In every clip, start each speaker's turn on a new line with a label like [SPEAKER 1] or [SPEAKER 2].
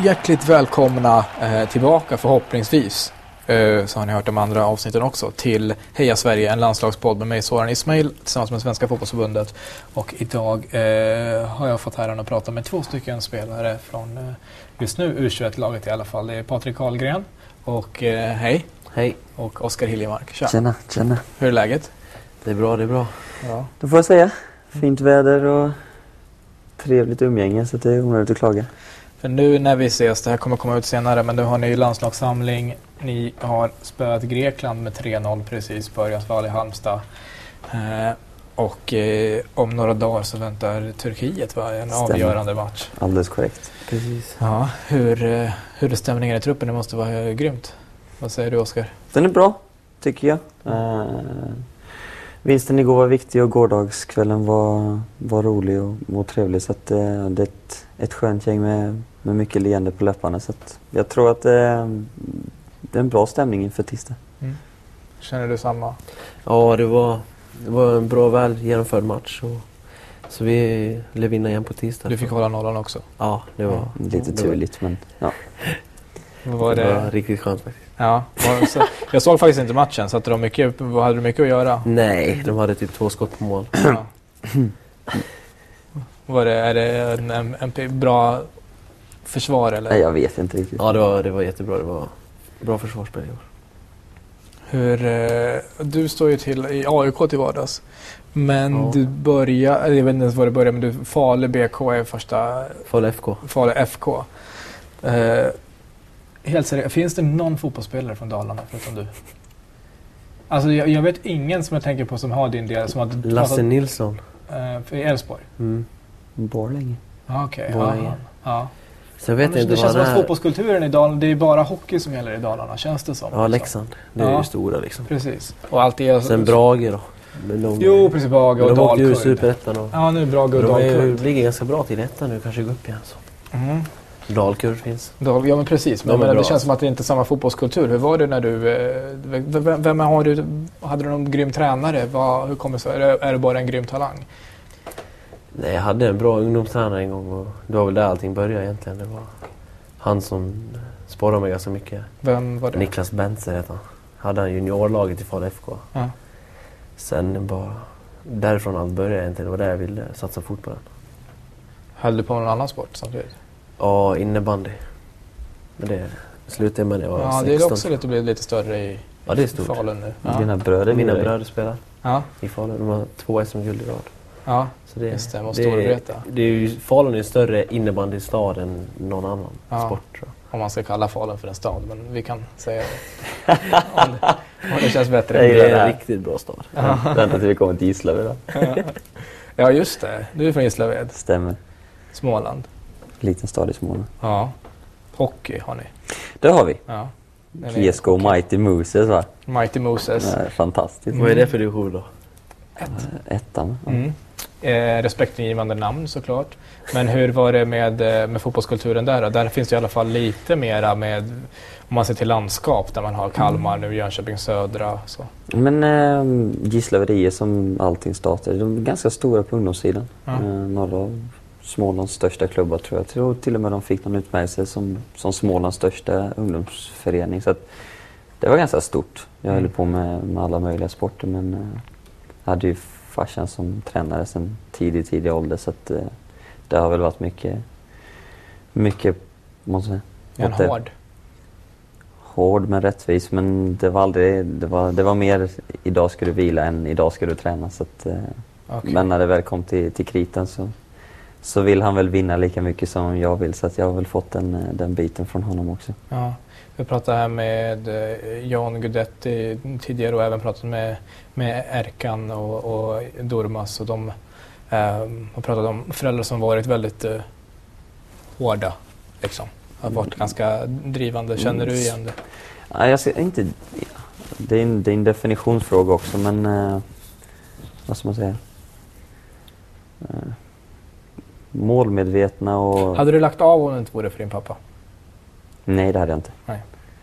[SPEAKER 1] hjärtligt välkomna eh, tillbaka förhoppningsvis. Eh, så har ni hört de andra avsnitten också till Heja Sverige, en landslagspodd med mig Soran Ismail tillsammans med Svenska Fotbollsförbundet. Och idag eh, har jag fått äran att prata med två stycken spelare från eh, just nu U21-laget i alla fall. Det är Patrik Karlgren och eh, hej
[SPEAKER 2] Hej.
[SPEAKER 1] och Oskar Hiljemark. Tja,
[SPEAKER 2] Tjena, tjena.
[SPEAKER 1] hur är läget?
[SPEAKER 2] Det är bra, det är bra.
[SPEAKER 1] Ja.
[SPEAKER 3] Då får jag säga. Fint väder och trevligt umgänge så det är onödigt att klaga.
[SPEAKER 1] För nu när vi ses, det här kommer komma ut senare, men nu har ni ju landslagssamling. Ni har spöat Grekland med 3-0 precis, börjat val i Halmstad. Eh, och eh, om några dagar så väntar Turkiet va? en
[SPEAKER 3] Stämmer.
[SPEAKER 1] avgörande match.
[SPEAKER 3] Alldeles korrekt.
[SPEAKER 2] Precis.
[SPEAKER 1] Ja, hur, eh, hur är stämningen i truppen? Det måste vara eh, grymt. Vad säger du Oskar?
[SPEAKER 3] Den är bra, tycker jag. Eh, vinsten igår var viktig och gårdagskvällen var, var rolig och, och trevlig. Så att, eh, det är ett, ett skönt gäng med, med mycket leende på läpparna. Så att jag tror att eh, det är en bra stämning inför tisdag.
[SPEAKER 1] Känner du samma?
[SPEAKER 2] Ja, det var, det var en bra, väl genomförd match. Och, så vi lär vinna igen på tisdag.
[SPEAKER 1] Du fick hålla nollan också.
[SPEAKER 2] Ja, det var,
[SPEAKER 3] Mm, Lite
[SPEAKER 2] det var-
[SPEAKER 3] turligt men ja.
[SPEAKER 1] Vad var
[SPEAKER 2] det Mm, var
[SPEAKER 1] det?
[SPEAKER 2] riktigt skönt faktiskt.
[SPEAKER 1] Ja, var det så? Jag såg faktiskt inte matchen, så att de mycket, vad hade du mycket att göra?
[SPEAKER 2] Nej, de hade typ två skott på mål.
[SPEAKER 1] Ja. Var det, är det en, en, en p- bra försvar eller?
[SPEAKER 3] Nej, jag vet inte riktigt.
[SPEAKER 2] Ja, det var, det var jättebra. Det var bra försvarsspel i år.
[SPEAKER 1] Hur, eh, du står ju till i AIK till vardags. Men
[SPEAKER 2] Ja.
[SPEAKER 1] du börjar, eller jag vet inte ens var du börjar, men du, Falu BK är första,
[SPEAKER 2] Falu FK.
[SPEAKER 1] Falu FK. Eh, helt seriöst, finns det någon fotbollsspelare från Dalarna förutom du? Alltså jag, jag vet ingen som jag tänker på som har din del, som har
[SPEAKER 2] Lasse Nilsson.
[SPEAKER 1] eh, för Elfsborg.
[SPEAKER 2] Mm.
[SPEAKER 3] Borlänge.
[SPEAKER 1] Ah, Okej, ja,
[SPEAKER 2] Borg.
[SPEAKER 1] han. ja.
[SPEAKER 2] Sen vet
[SPEAKER 1] Annars-
[SPEAKER 2] jag inte
[SPEAKER 1] det känns
[SPEAKER 2] vad
[SPEAKER 1] som
[SPEAKER 2] han
[SPEAKER 1] att
[SPEAKER 2] är.
[SPEAKER 1] fotbollskulturen i Dalarna, det är bara hockey som gäller i Dalarna, känns det som.
[SPEAKER 2] Ja, Leksand. Det är
[SPEAKER 1] Ja.
[SPEAKER 2] ju stora liksom.
[SPEAKER 1] Precis. Och allt det...
[SPEAKER 2] Sen Brage då. Men de,
[SPEAKER 1] Jo, precis. Brage och
[SPEAKER 2] de åkte ju ur
[SPEAKER 1] Dalkurd.
[SPEAKER 2] Superettan. och-
[SPEAKER 1] Ja, nu är Brage och
[SPEAKER 2] De är ju,
[SPEAKER 1] Dalkurd.
[SPEAKER 2] ligger ganska bra till i ettan nu. Kanske går upp igen. Så.
[SPEAKER 1] Mm.
[SPEAKER 2] Dalkurd finns.
[SPEAKER 1] Dal- Ja, men precis. Men
[SPEAKER 2] De
[SPEAKER 1] jag
[SPEAKER 2] är
[SPEAKER 1] menar, det
[SPEAKER 2] bra.
[SPEAKER 1] känns som att det inte är samma fotbollskultur. Hur var det när du... eh, v- Vem, vem har du... Hade du någon grym tränare? Vad, hur kommer det sig? Är det, är det bara en grym talang?
[SPEAKER 2] Nej, jag hade en bra ungdomstränare en gång och det var väl där allting började egentligen. Det var han som sporrade mig ganska mycket.
[SPEAKER 1] Vem var det?
[SPEAKER 2] Niklas Bentzer heter han. Hade han juniorlaget i Falu FK.
[SPEAKER 1] Ja.
[SPEAKER 2] Sen bara därifrån allt började egentligen. Det var där jag ville satsa fotbollen.
[SPEAKER 1] Höll du på med någon annan sport samtidigt?
[SPEAKER 2] Ja, innebandy. Men det slutade jag med när jag var
[SPEAKER 1] Ja, det
[SPEAKER 2] 16.
[SPEAKER 1] är också lite, blivit lite större i
[SPEAKER 2] Ja, det är stort.
[SPEAKER 1] Falun nu. Ja.
[SPEAKER 3] Dina bröder
[SPEAKER 2] Mina
[SPEAKER 3] bjuder dig.
[SPEAKER 2] bröder spelar
[SPEAKER 1] Ja,
[SPEAKER 2] i Falun. De har två SM-guld i rad.
[SPEAKER 1] ja,
[SPEAKER 2] Så det,
[SPEAKER 1] just det. Vad
[SPEAKER 2] det, är-
[SPEAKER 1] Storvreta.
[SPEAKER 2] det är ju, Falun är en större innebandystad än någon annan
[SPEAKER 1] Ja.
[SPEAKER 2] sport tror jag.
[SPEAKER 1] Om man ska kalla Falun för en stad, men vi kan säga det. Om det, om det känns bättre.
[SPEAKER 3] Jag
[SPEAKER 2] Det
[SPEAKER 3] gillar
[SPEAKER 2] är en
[SPEAKER 3] det.
[SPEAKER 2] riktigt bra stad.
[SPEAKER 3] Ja, Vänta till vi kommer till Gislaved då.
[SPEAKER 1] Ja, just det. Du är från Gislaved,
[SPEAKER 3] Stämmer.
[SPEAKER 1] Småland.
[SPEAKER 3] Liten stad i Småland.
[SPEAKER 1] Ja. Hockey har ni.
[SPEAKER 3] Det har vi.
[SPEAKER 1] Ja. Den är-
[SPEAKER 3] GSK Mighty Moses va?
[SPEAKER 1] Mighty Moses.
[SPEAKER 3] Nej, Fantastiskt.
[SPEAKER 2] Vad är det för division då?
[SPEAKER 3] Ettan. Ja.
[SPEAKER 1] Mm. Eh, respektingivande namn såklart. Men hur var det med, eh, med fotbollskulturen där då? Där finns det i alla fall lite mera med, om man ser till landskap, där man har Kalmar
[SPEAKER 2] Mm.
[SPEAKER 1] nu, Jönköping Södra. Så.
[SPEAKER 3] Men eh, Gislaved är som allting startade. De är ganska stora på ungdomssidan.
[SPEAKER 1] Ja.
[SPEAKER 2] Mm.
[SPEAKER 3] Eh, några av Smålands största klubbar tror jag. Jag tror till och med de fick någon utmärkelse som, som Smålands största ungdomsförening. Så att, det var ganska stort. Jag höll
[SPEAKER 1] Mm.
[SPEAKER 3] på med, med alla möjliga sporter men eh, jag hade ju farsan som tränare sedan tidig, tidig ålder så att, eh, det har väl varit mycket, mycket, måste jag
[SPEAKER 1] Är han
[SPEAKER 3] Åt det-
[SPEAKER 1] hård?
[SPEAKER 3] Hård men rättvis, men det var aldrig... Det var, det var mer idag ska du vila än idag ska du träna. Så att, eh,
[SPEAKER 1] Okej.
[SPEAKER 3] Men när det väl kom till, till kritan så, så vill han väl vinna lika mycket som jag vill. Så att jag har väl fått den, eh, den biten från honom också.
[SPEAKER 1] Ja, vi pratade här med eh, Jan Guidetti tidigare och även pratat med, med Erkan och, och Durmaz och de ehm, har pratat om föräldrar som varit väldigt eh, hårda. Liksom. Har varit ganska drivande. Känner du igen det?
[SPEAKER 3] Nej, jag ser inte... Det är, en, det är en definitionsfråga också, men... Eh, vad ska man säga? Eh, målmedvetna och...
[SPEAKER 1] Hade du lagt av om det inte vore för din pappa?
[SPEAKER 3] Nej, det hade jag inte.
[SPEAKER 1] Nej.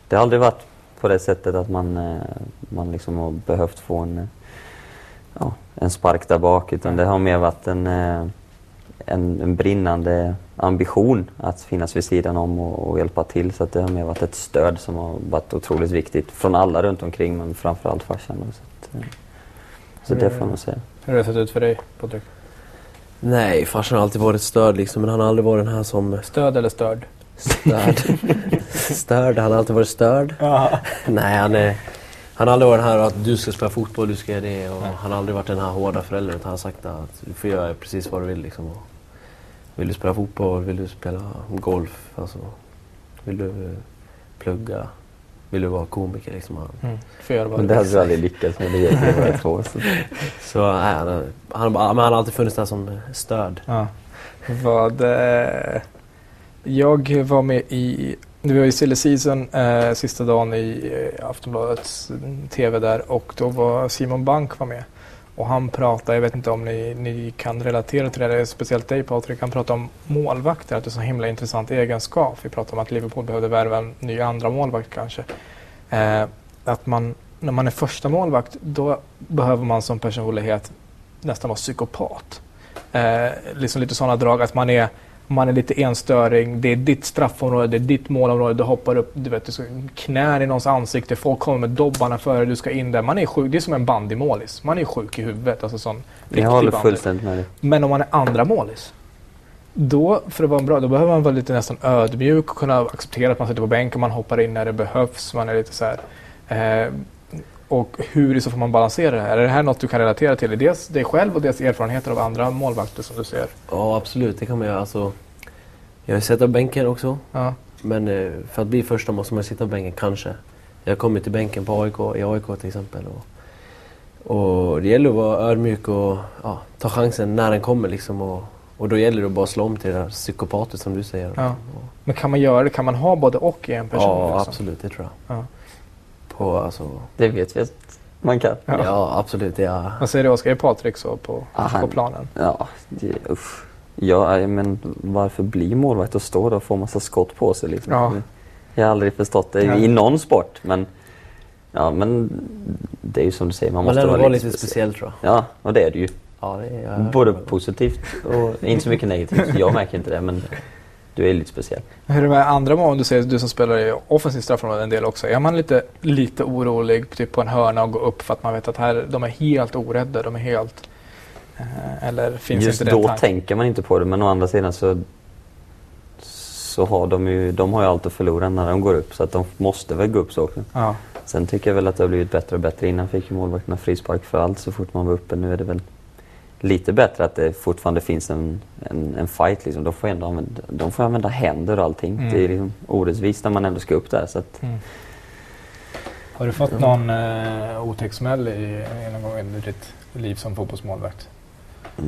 [SPEAKER 3] Det har aldrig varit på det sättet att man, eh, man liksom har behövt få en, eh, ja, en spark där bak. Utan det har mer varit en, eh, en, en brinnande ambition att finnas vid sidan om och, och hjälpa till. Så att det har mer varit ett stöd som har varit otroligt viktigt från alla runt omkring men framförallt farsan. då. Så, att, eh, så det får man nog säga.
[SPEAKER 1] Hur har det sett ut för dig Patrik?
[SPEAKER 2] Nej, farsan har alltid varit störd liksom, men han har aldrig varit den här som
[SPEAKER 1] Stöd eller störd?
[SPEAKER 2] störd. störd, han har alltid varit störd.
[SPEAKER 1] Ja.
[SPEAKER 2] Nej, han, är, han har aldrig varit den här att du ska spela fotboll, du ska göra det. Och
[SPEAKER 1] Nej.
[SPEAKER 2] han har aldrig varit den här hårda föräldern. Utan han har sagt att du får göra precis vad du vill. Liksom. Och vill du spela fotboll? Vill du spela golf? Alltså, vill du eh, plugga? Vill du vara komiker? Liksom. Han,
[SPEAKER 1] Mm. Får göra vad
[SPEAKER 3] Men
[SPEAKER 1] du
[SPEAKER 3] det hade
[SPEAKER 1] vill.
[SPEAKER 3] vi aldrig lyckats med, det vet vi båda två. Så.
[SPEAKER 2] så, nej, han, har- han, har bara- men han har alltid funnits där som eh, stöd.
[SPEAKER 1] Ja. Vad, eh, jag var med i, det var ju Silly Season eh, sista dagen i eh, Aftonbladets TV där och då var Simon Bank var med. Och han pratade, jag vet inte om ni, ni kan relatera till det, eller speciellt dig Patrik, han pratade om målvakter, att det är en så himla intressant egenskap. Vi pratade om att Liverpool behövde värva en ny andra målvakt kanske. Eh, att man, när man är första målvakt då behöver man som personlighet nästan vara psykopat. Eh, liksom lite sådana drag att man är, man är lite enstöring, det är ditt straffområde, det är ditt målområde, du hoppar upp, du vet, du ska- knär i någons ansikte, folk kommer med dobbarna före, du ska in där. Man är sjuk, det är som en bandymålis, man är sjuk i huvudet. Alltså sån
[SPEAKER 3] Jag
[SPEAKER 1] riktig
[SPEAKER 3] håller
[SPEAKER 1] bandy.
[SPEAKER 3] fullständigt med dig.
[SPEAKER 1] Men om man är andra målis, då, för att vara en bra, då behöver man vara lite nästan ödmjuk och kunna acceptera att man sitter på bänken, man hoppar in när det behövs, man är lite så här. Eh, och hur i så får man balansera det här? Är det här något du kan relatera till? Dels dig själv och dels erfarenheter av andra målvakter som du ser?
[SPEAKER 2] Ja, absolut. Det kan man göra. Alltså, jag har ju sett av bänken också.
[SPEAKER 1] Ja.
[SPEAKER 2] Men eh, för att bli första måste man sitta på bänken, kanske. Jag kom ju till bänken på AIK, i AIK till exempel. Och, och det gäller att vara ödmjuk och ja, ta chansen när den kommer. Liksom, och, och då gäller det att bara slå om till det där psykopatet som du säger.
[SPEAKER 1] Ja.
[SPEAKER 2] Och,
[SPEAKER 1] Men kan man göra det? Kan man ha både och i en person?
[SPEAKER 2] ja,
[SPEAKER 1] liksom?
[SPEAKER 2] absolut. Det tror jag.
[SPEAKER 1] Ja.
[SPEAKER 2] På, alltså,
[SPEAKER 3] Det vet vi att man kan.
[SPEAKER 1] Ja.
[SPEAKER 2] ja. absolut. Ja.
[SPEAKER 1] Vad säger du Oskar? Är Patrik så på,
[SPEAKER 3] Ja, han-
[SPEAKER 1] på planen?
[SPEAKER 3] Ja, det, usch. Ja, eh, men varför bli målvakt och stå där och få massa skott på sig? Liksom?
[SPEAKER 1] Ja.
[SPEAKER 3] Jag har aldrig förstått det
[SPEAKER 1] Nej.
[SPEAKER 3] i någon sport. Men, ja, men det är ju som du säger, man,
[SPEAKER 2] Man lär
[SPEAKER 3] måste
[SPEAKER 2] nog
[SPEAKER 3] vara,
[SPEAKER 2] vara
[SPEAKER 3] lite
[SPEAKER 2] lite
[SPEAKER 3] speciell.
[SPEAKER 2] speciell tror jag.
[SPEAKER 3] Ja, och det är det ju.
[SPEAKER 2] Ja, det är, jag-
[SPEAKER 3] Både positivt och inte så mycket negativt. Jag märker inte det, men du är lite speciell.
[SPEAKER 1] Hur är det med andra mål? Om Du säger du som spelar i offensiv straffområde en del också. Är man lite, lite orolig typ på en hörna och går upp för att man vet att här, de är helt orädda? De är helt... Eh, eller finns
[SPEAKER 3] Just
[SPEAKER 1] inte
[SPEAKER 3] då
[SPEAKER 1] den tanken?
[SPEAKER 3] tänker man inte på det, men å andra sidan så, så har de ju, de har ju allt att förlora när de går upp. Så att de måste väl gå upp så också.
[SPEAKER 1] Ja.
[SPEAKER 3] Sen tycker jag väl att det har blivit bättre och bättre. Innan fick ju målvakterna frispark för allt så fort man var uppe. Nu är det väl lite bättre att det fortfarande finns en, en, en fight. Liksom. De, får ändå använda, de får använda händer och allting.
[SPEAKER 1] Mm.
[SPEAKER 3] Det är liksom orättvist när man ändå ska upp där. Så att,
[SPEAKER 1] Har du fått någon eh, otäck smäll i, i någon gång i ditt liv som fotbollsmålvakt?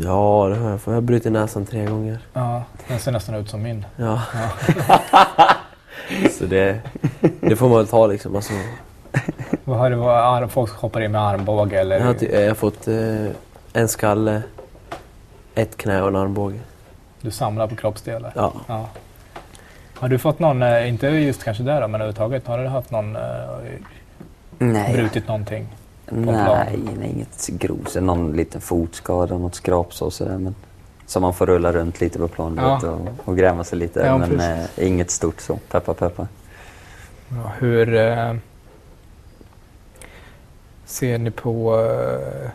[SPEAKER 2] Ja, det har jag. Jag har brutit näsan tre gånger.
[SPEAKER 1] Ja, den ser nästan ut som min.
[SPEAKER 2] Ja. så det, det får man väl ta liksom. Alltså,
[SPEAKER 1] Vad har du, vad, arm- folk hoppar in med armbåge eller?
[SPEAKER 2] jag, har, typ- ty- jag har fått eh, en skalle, ett knä och en armbåge.
[SPEAKER 1] Du samlar på kroppsdelar?
[SPEAKER 2] Ja.
[SPEAKER 1] Ja. Har du fått någon, eh, inte just kanske där då, men överhuvudtaget, har du haft någon, eh, Mm.
[SPEAKER 3] nej,
[SPEAKER 1] brutit någonting?
[SPEAKER 3] nej, nej, inget grovt. Någon liten fotskada, något skrapsår och sådär. Men, som man får rulla runt lite på planen
[SPEAKER 1] Ja.
[SPEAKER 3] vet, och, och gräma sig lite.
[SPEAKER 1] Ja,
[SPEAKER 3] men
[SPEAKER 1] precis.
[SPEAKER 3] eh, inget stort så. Peppa, peppa.
[SPEAKER 1] Ja, hur eh, ser ni på eh,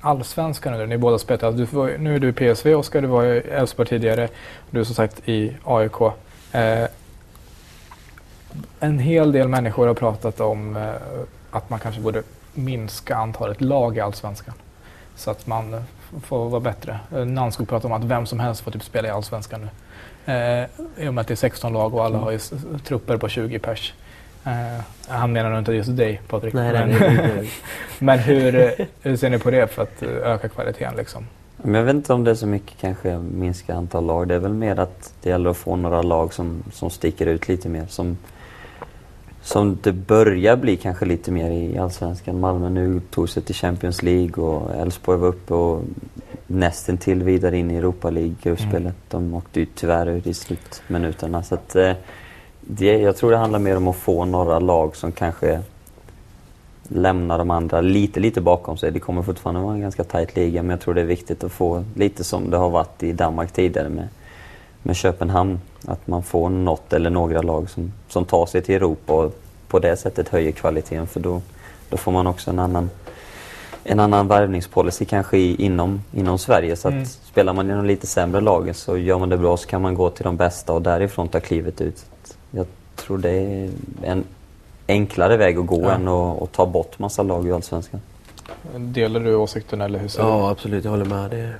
[SPEAKER 1] allsvenskan nu? Ni båda spelat, alltså, du var, nu är du i PSV Oskar, du var i Elfsborg tidigare. Du är som sagt i AIK. Eh, en hel del människor har pratat om eh, att man kanske borde minska antalet lag i allsvenskan. Så att man eh, f- får vara bättre. Eh, Nannskog pratar om att vem som helst får typ spela i allsvenskan nu. Eh, I och med att det är 16 lag och
[SPEAKER 2] Mm.
[SPEAKER 1] alla har ju s- s- trupper på 20 pers. Eh, han menar nog inte just dig Patrik.
[SPEAKER 2] Nej, nej,
[SPEAKER 1] men,
[SPEAKER 2] nej, nej, nej.
[SPEAKER 1] men hur, eh, hur ser ni på det för att eh, öka kvaliteten liksom?
[SPEAKER 3] Men jag vet inte om det är så mycket kanske minska antal lag. Det är väl mer att det gäller att få några lag som, som sticker ut lite mer. Som, som det börjar bli kanske lite mer i Allsvenskan. Malmö nu tog sig till Champions League och Elfsborg var uppe och nästan till vidare in i Europa League-gruppspelet. De åkte ju tyvärr ut i slutminuterna. Så att, eh, det, jag tror det handlar mer om att få några lag som kanske lämna de andra lite, lite bakom sig. Det kommer fortfarande vara en ganska tajt liga men jag tror det är viktigt att få lite som det har varit i Danmark tidigare med, med Köpenhamn. Att man får något eller några lag som, som tar sig till Europa och på det sättet höjer kvaliteten för då, då får man också en annan en annan värvningspolicy kanske i- inom, inom Sverige. Så att
[SPEAKER 1] Mm.
[SPEAKER 3] spelar man i de lite sämre lagen så gör man det bra så kan man gå till de bästa och därifrån ta klivet ut. Så att Jag tror det är en enklare väg att gå
[SPEAKER 1] Ja.
[SPEAKER 3] än att, att ta bort massa lag i Allsvenskan.
[SPEAKER 1] Delar du åsikten eller hur ser du?
[SPEAKER 2] Ja, absolut. Jag håller med. Det,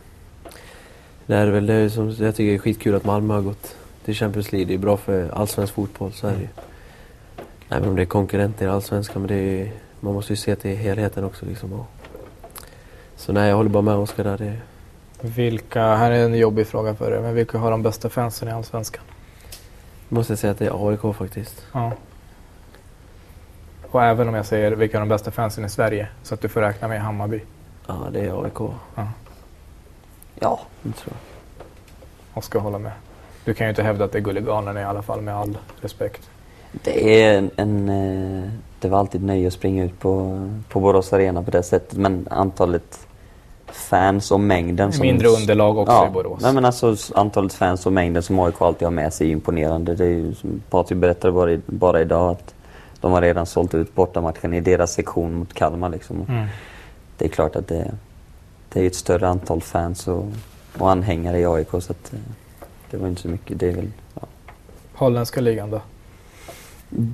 [SPEAKER 2] det är väl det som jag tycker är skitkul att Malmö har gått till Champions League. Det är bra för allsvensk fotboll, så är det ju. Även om det är konkurrenter i allsvenskan, men det är, man måste ju se till helheten också. Liksom. Och- Så nej, jag håller bara med Oskar där. Det,
[SPEAKER 1] Vilka, här är en jobbig fråga för er, men vilka har de bästa fansen i Allsvenskan?
[SPEAKER 2] måste jag säga att det är AIK faktiskt.
[SPEAKER 1] Ja. Och även om jag säger vilka har de bästa fansen i Sverige, så att du får räkna med Hammarby.
[SPEAKER 2] Ja, det är AIK.
[SPEAKER 3] Ja.
[SPEAKER 2] det tror jag.
[SPEAKER 1] Och ska hålla med. Du kan ju inte hävda att det är Gulliganen i alla fall, med all respekt.
[SPEAKER 3] Det, är en, en, eh, det var alltid ett nöje att springa ut på, på Borås Arena på det sättet men antalet fans och mängden som...
[SPEAKER 1] Mindre underlag också i Borås.
[SPEAKER 3] Nej, men alltså, s- antalet fans och mängden som AIK alltid har med sig är imponerande. Det är ju, som Patrik berättade bara, i, bara idag att de har redan sålt ut bortamatchen i deras sektion mot Kalmar. Liksom. Och
[SPEAKER 1] Mm.
[SPEAKER 3] Det är klart att det, det är ju ett större antal fans och, och anhängare i AIK. Så att, eh, det var inte så mycket. Det är väl ja.
[SPEAKER 1] Holländska ligan då?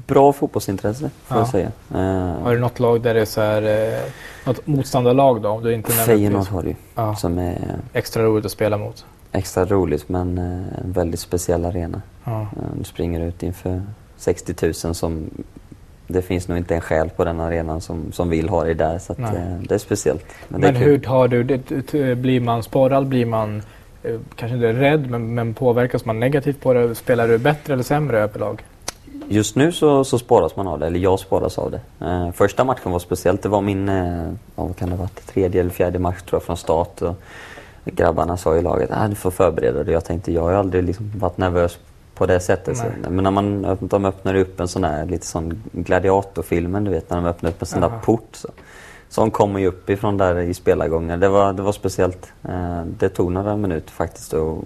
[SPEAKER 3] bra fotbollsintresse, får
[SPEAKER 1] Ja.
[SPEAKER 3] jag säga. Eh,
[SPEAKER 1] Har du något lag där det är så här, eh, något motståndarlag då? Om du inte nämner
[SPEAKER 3] Feyenoord
[SPEAKER 1] pris?
[SPEAKER 3] har det ju,
[SPEAKER 1] ja,
[SPEAKER 3] som är
[SPEAKER 1] Extra roligt att spela mot.
[SPEAKER 3] extra roligt men eh, en väldigt speciell arena.
[SPEAKER 1] Ja.
[SPEAKER 3] Eh, Du springer ut inför 60 000 som... Det finns nog inte en själ på den arenan som, som vill ha dig där. Så att,
[SPEAKER 1] Nej.
[SPEAKER 3] eh, det är speciellt.
[SPEAKER 1] Men,
[SPEAKER 3] det är kul.
[SPEAKER 1] hur tar du det? T- t- Blir man sporrad? Blir man eh, kanske inte rädd, men, men påverkas man negativt på det? Spelar du bättre eller sämre överlag?
[SPEAKER 3] Just nu så, så sparas man av det, eller jag sparas av det. Eh, första matchen var speciellt. Det var min, eh, ja, vad kan det ha varit, tredje eller fjärde match tror jag från start. Och grabbarna sa i laget att ah, du får förbereda dig. Jag tänkte, jag har ju aldrig liksom varit nervös på det sättet. Så,
[SPEAKER 1] Nej.
[SPEAKER 3] men när man, öpp- de öppnade upp en sån här, lite sån gladiatorfilmen du vet, när de öppnade upp en sån där
[SPEAKER 1] Aha.
[SPEAKER 3] port. Så. Som kommer ju uppifrån där i spelargången. Det var, det var speciellt. Eh, Det tog några minuter faktiskt att,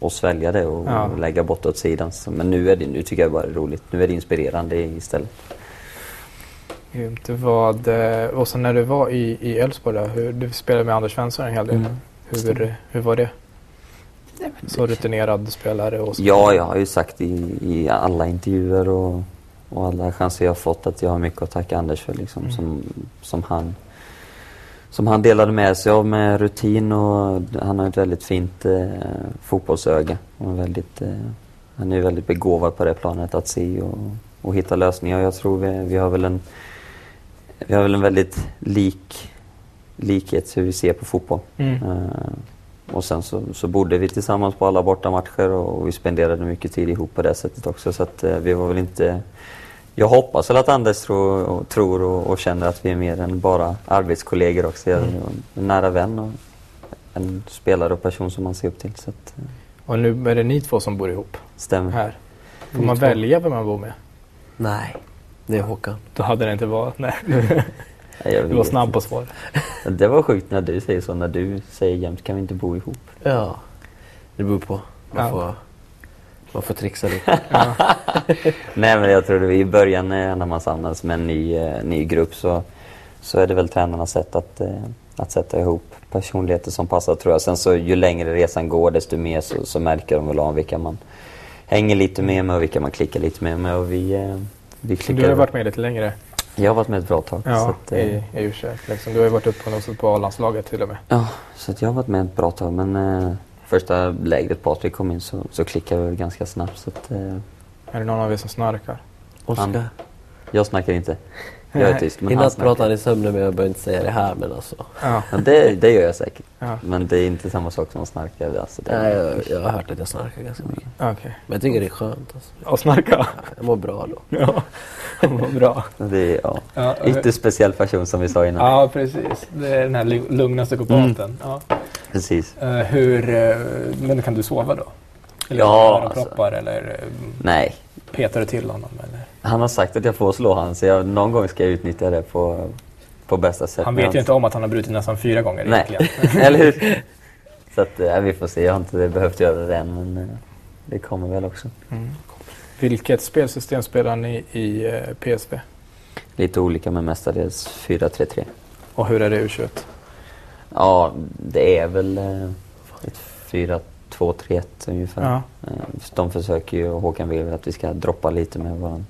[SPEAKER 3] att svälja det och
[SPEAKER 1] Ja.
[SPEAKER 3] lägga bort åt sidan. Så, men nu, är det, nu tycker jag bara det är roligt. Nu är det inspirerande istället.
[SPEAKER 1] Grymt. Vad, eh, och sen när du var i i Elfsborg, där, hur- du spelade med Anders Svensson en hel del.
[SPEAKER 3] Mm.
[SPEAKER 1] Hur, hur var det? Så rutinerad spelare? Och så.
[SPEAKER 3] Ja, jag har ju sagt i, i alla intervjuer och, och alla chanser jag har fått att jag har mycket att tacka Anders för. Liksom,
[SPEAKER 1] Mm.
[SPEAKER 3] som, som, han, som han delade med sig av med rutin och han har ett väldigt fint eh, fotbollsöga. Och en väldigt, eh, han är ju väldigt begåvad på det planet att se och, och hitta lösningar. Jag tror vi, vi har väl en vi har väl en väldigt lik likhet hur vi ser på fotboll.
[SPEAKER 1] Mm.
[SPEAKER 3] Eh, och sen så, så bodde vi tillsammans på alla bortamatcher och, och vi spenderade mycket tid ihop på det sättet också. Så att eh, vi var väl inte... Jag hoppas väl att Anders tror, och, tror och, och känner att vi är mer än bara arbetskollegor också. Jag är
[SPEAKER 1] Mm.
[SPEAKER 3] en nära vän och en spelare och person som man ser upp till. Så att, eh,
[SPEAKER 1] Och nu är det ni två som bor ihop
[SPEAKER 3] stämmer.
[SPEAKER 1] här. Får
[SPEAKER 2] Ni
[SPEAKER 1] man
[SPEAKER 2] två.
[SPEAKER 1] välja vem man bor med?
[SPEAKER 2] Nej, det är Håkan.
[SPEAKER 1] Då hade det inte varit... Nej,
[SPEAKER 3] Nej, jag
[SPEAKER 1] du var
[SPEAKER 3] vet
[SPEAKER 1] snabb på svar.
[SPEAKER 3] inte. Det var sjukt när du säger så. När du säger jämt, kan vi inte bo ihop?
[SPEAKER 2] Ja, det beror på. Man,
[SPEAKER 1] Ja.
[SPEAKER 2] får, man får trixa lite.
[SPEAKER 1] Ja.
[SPEAKER 3] Nej men jag tror det var i början eh, när man samlades med en ny, eh, ny grupp så, så är det väl tränarnas sätt att, eh, att sätta ihop personligheter som passar tror jag. Sen så ju längre resan går desto mer så, så märker de väl av vilka man hänger lite mer med och vilka man klickar lite mer med. Och vi, eh, vi klickar.
[SPEAKER 1] Du har ju varit med lite längre.
[SPEAKER 3] Jag har varit med ett bra tag. så,
[SPEAKER 1] Ja,
[SPEAKER 3] att, eh,
[SPEAKER 1] i, i u liksom. Du har ju varit uppe och nosat på A-landslaget till och med.
[SPEAKER 3] ja, så att jag har varit med ett bra tag men eh, första lägret Patrik kom in så, så klickade vi ganska snabbt. Så att, eh,
[SPEAKER 1] Är det någon av er som snarkar?
[SPEAKER 2] Oskar,
[SPEAKER 3] jag snackar inte. Jag är tyst men
[SPEAKER 2] innan
[SPEAKER 3] han
[SPEAKER 2] pratade
[SPEAKER 3] snackar.
[SPEAKER 2] han i sömnen men jag behöver inte säga det här men alltså.
[SPEAKER 1] Ja.
[SPEAKER 3] Ja, det, det gör jag säkert.
[SPEAKER 1] ja.
[SPEAKER 3] Men det är inte samma sak som att snarka. Alltså det
[SPEAKER 2] Nej,
[SPEAKER 3] är...
[SPEAKER 2] jag, jag har hört att jag snarkar ganska mycket.
[SPEAKER 1] Okej.
[SPEAKER 2] Men jag tycker det är skönt alltså.
[SPEAKER 1] Och snarka?
[SPEAKER 2] Jag mår bra då.
[SPEAKER 1] Ja. Vad bra.
[SPEAKER 3] det är ja.
[SPEAKER 1] Ja, eh,
[SPEAKER 3] Ytterst speciell person som vi sa innan.
[SPEAKER 1] ja, precis. Det är den här lu- lugna psykopaten.
[SPEAKER 3] Mm.
[SPEAKER 1] Ja.
[SPEAKER 3] Precis.
[SPEAKER 1] Eh, hur, eh, men kan du sova då? Eller
[SPEAKER 3] Ja,
[SPEAKER 1] har du
[SPEAKER 3] alltså.
[SPEAKER 1] proppar eller eh,
[SPEAKER 3] Nej.
[SPEAKER 1] petar du till honom? Eller?
[SPEAKER 3] Han har sagt att jag får slå han så jag, någon gång ska jag utnyttja det på, på bästa sätt.
[SPEAKER 1] Han
[SPEAKER 3] med
[SPEAKER 1] vet ju
[SPEAKER 3] hans-
[SPEAKER 1] inte om att han har brutit nästan fyra gånger
[SPEAKER 3] Nej.
[SPEAKER 1] egentligen.
[SPEAKER 3] Eller hur? Så att, eh, vi får se. Jag har inte behövt göra det än, men eh, det kommer väl också.
[SPEAKER 1] Mm. Vilket spelsystem spelar ni i eh, PSV?
[SPEAKER 3] Lite olika, men mestadels 4-3-3.
[SPEAKER 1] Och hur är det i U21?
[SPEAKER 3] Ja, det är väl eh, ett 4-2-3-1 ungefär.
[SPEAKER 1] Ja.
[SPEAKER 3] Eh, De försöker ju, och Håkan vill väl att vi ska droppa lite med vår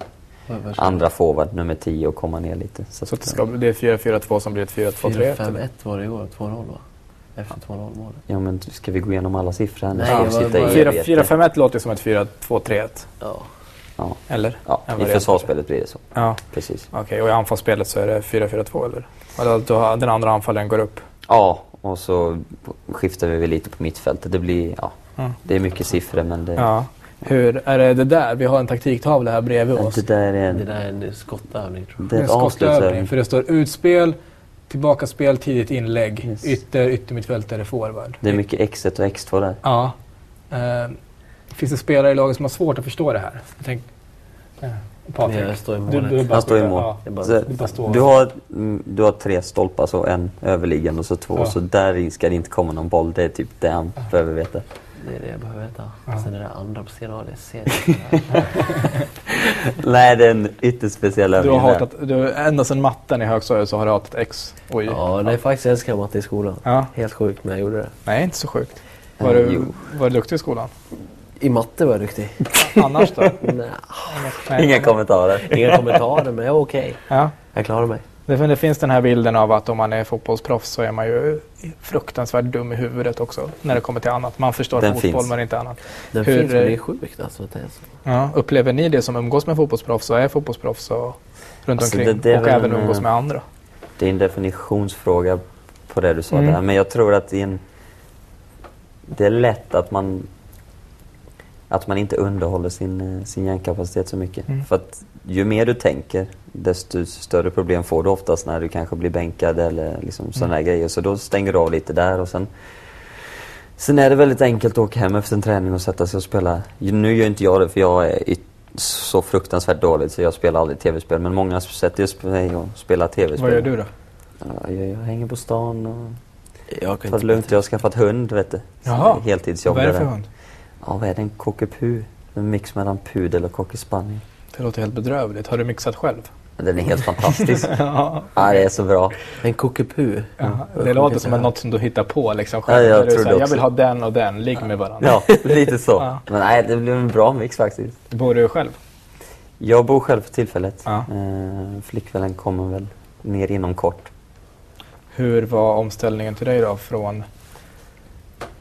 [SPEAKER 3] andra forward, nummer 10, och komma ner lite.
[SPEAKER 1] Så att det,
[SPEAKER 3] eh,
[SPEAKER 1] ska, det är 4-4-2 som blir ett 4-2-3-1?
[SPEAKER 2] 4-5-1 var det igår. 2-0 va? Efter 2-0 målet.
[SPEAKER 3] Ja, men ska vi gå igenom alla siffror här nu?
[SPEAKER 2] Nej,
[SPEAKER 3] Ska vi
[SPEAKER 2] jag var-
[SPEAKER 3] sitta i
[SPEAKER 2] bara-
[SPEAKER 1] Fyra-
[SPEAKER 3] evigheter?
[SPEAKER 1] 4-5-1 låter ju som ett 4-2-3-1.
[SPEAKER 2] Ja.
[SPEAKER 3] Ja,
[SPEAKER 1] Eller?
[SPEAKER 3] ja
[SPEAKER 1] En
[SPEAKER 3] i
[SPEAKER 1] variant.
[SPEAKER 3] försvarsspelet blir det så.
[SPEAKER 1] Ja,
[SPEAKER 3] Precis.
[SPEAKER 1] okej. Och i anfallsspelet så är det 4-4-2 eller? Eller att du har- den andra anfallaren går upp?
[SPEAKER 3] Ja, och så skiftar vi väl lite på mittfältet. Det blir, ja,
[SPEAKER 1] Mm.
[SPEAKER 3] det är mycket siffror men det,
[SPEAKER 1] Ja. Hur är det det där? Vi har en taktiktavla här bredvid
[SPEAKER 3] men
[SPEAKER 1] oss.
[SPEAKER 3] det där är,
[SPEAKER 2] Det
[SPEAKER 3] en,
[SPEAKER 2] där är en skottövning tror
[SPEAKER 3] det är
[SPEAKER 1] en
[SPEAKER 3] ett
[SPEAKER 1] skottövning.
[SPEAKER 3] avslutsövning.
[SPEAKER 1] För det står utspel, tillbakaspel, tidigt inlägg,
[SPEAKER 3] Yes.
[SPEAKER 1] ytter, yttermittfältare, forward.
[SPEAKER 3] Det är mycket X1 och X2 där.
[SPEAKER 1] Ja. Eh, finns det spelare i laget som har svårt att förstå det här? Jag tänk, eh,
[SPEAKER 2] jag.
[SPEAKER 1] Patrik.
[SPEAKER 2] Men jag står i
[SPEAKER 1] Du,
[SPEAKER 2] målet.
[SPEAKER 1] du bara
[SPEAKER 3] Han står i mål.
[SPEAKER 1] Ja.
[SPEAKER 2] Det är bara-
[SPEAKER 3] Så,
[SPEAKER 1] bara står.
[SPEAKER 3] du, har, mm, du har tre stolpar, så en överliggande och så två.
[SPEAKER 1] Ja.
[SPEAKER 3] Så där i ska det inte komma någon boll. Det är typ det han
[SPEAKER 1] Ja.
[SPEAKER 3] behöver veta.
[SPEAKER 2] Det är det jag behöver veta.
[SPEAKER 1] Ja.
[SPEAKER 2] Sen det där andra på sidan av det ser jag
[SPEAKER 3] Nej, det är en ytterst speciell
[SPEAKER 1] Du har
[SPEAKER 3] övning. där.
[SPEAKER 1] hatat, du, ända sedan matten i högstadiet så har du hatat X och Y.
[SPEAKER 2] Ja, nej faktiskt älskar jag matte i skolan.
[SPEAKER 1] Ja.
[SPEAKER 2] Helt sjukt men jag gjorde det.
[SPEAKER 1] Nej, inte så sjukt.
[SPEAKER 3] Eh,
[SPEAKER 1] Var du,
[SPEAKER 3] jo.
[SPEAKER 1] var du duktig i skolan?
[SPEAKER 2] I matte var jag duktig.
[SPEAKER 1] Annars då?
[SPEAKER 2] Nej,
[SPEAKER 1] Nej.
[SPEAKER 3] Inga kommentarer.
[SPEAKER 2] Inga kommentarer men jag var okej.
[SPEAKER 1] Ja.
[SPEAKER 2] Jag klarade mig.
[SPEAKER 1] Det, fin- det finns den här bilden av att om man är fotbollsproffs så är man ju fruktansvärt dum i huvudet också när det kommer till annat. Man förstår
[SPEAKER 3] Den
[SPEAKER 1] fotboll
[SPEAKER 3] finns.
[SPEAKER 1] men inte annat.
[SPEAKER 2] Den
[SPEAKER 1] Hur,
[SPEAKER 2] finns men det
[SPEAKER 1] eh,
[SPEAKER 2] är sjukt alltså. Att det är så.
[SPEAKER 1] Ja. Upplever ni det som umgås med fotbollsproffs och är fotbollsproffs och runt
[SPEAKER 3] Alltså,
[SPEAKER 1] omkring
[SPEAKER 3] det- det är
[SPEAKER 1] och
[SPEAKER 3] väl
[SPEAKER 1] även
[SPEAKER 3] en,
[SPEAKER 1] umgås
[SPEAKER 3] eh,
[SPEAKER 1] med andra?
[SPEAKER 3] Det är en definitionsfråga på det du sa
[SPEAKER 1] Mm.
[SPEAKER 3] där. Men jag tror att i en, det är lätt att man, att man inte underhåller sin, eh, sin hjärnkapacitet så mycket.
[SPEAKER 1] Mm.
[SPEAKER 3] För att ju mer du tänker, desto större problem får du oftast när du kanske blir bänkad eller liksom
[SPEAKER 1] Mm.
[SPEAKER 3] sådana här grejer. Så då stänger du av lite där och sen Sen är det väldigt enkelt att åka hem efter en träning och sätta sig och spela. Nu gör inte jag det för jag är yt- så fruktansvärt dålig så jag spelar aldrig tv-spel. Men många sätter sig och spelar tv-spel.
[SPEAKER 1] Vad gör du då?
[SPEAKER 3] Ja, jag, jag hänger på stan och
[SPEAKER 2] Jag kan
[SPEAKER 3] tar det lugnt. Jag har skaffat hund, vet du. Så
[SPEAKER 1] Jaha.
[SPEAKER 3] det är Heltidsjobb.
[SPEAKER 1] Vad är det för
[SPEAKER 3] där.
[SPEAKER 1] hund?
[SPEAKER 3] Ja, vad är det? En cockapoo? En mix mellan pudel och cockerspaniel.
[SPEAKER 1] Det låter helt bedrövligt. Har du mixat själv?
[SPEAKER 3] Den är helt fantastisk.
[SPEAKER 1] ja.
[SPEAKER 3] Ja, det är så bra.
[SPEAKER 2] En kokepu.
[SPEAKER 1] Ja,
[SPEAKER 3] Mm.
[SPEAKER 2] Jag
[SPEAKER 1] det
[SPEAKER 2] kommer
[SPEAKER 1] låter
[SPEAKER 2] inte
[SPEAKER 1] som
[SPEAKER 2] ihåg.
[SPEAKER 1] något som du hittar på liksom
[SPEAKER 3] Ja,
[SPEAKER 1] själv.
[SPEAKER 3] jag
[SPEAKER 1] Där du
[SPEAKER 3] tror
[SPEAKER 1] säger,
[SPEAKER 3] det
[SPEAKER 1] jag vill
[SPEAKER 3] också.
[SPEAKER 1] ha den och den, ligg med varandra.
[SPEAKER 3] Ja, lite så.
[SPEAKER 1] Ja.
[SPEAKER 3] Men nej, det blev en bra mix faktiskt.
[SPEAKER 1] Bor du själv?
[SPEAKER 3] Jag bor själv för tillfället.
[SPEAKER 1] Ja.
[SPEAKER 3] Eh, flickvännen kommer väl ner inom kort.
[SPEAKER 1] Hur var omställningen till dig då från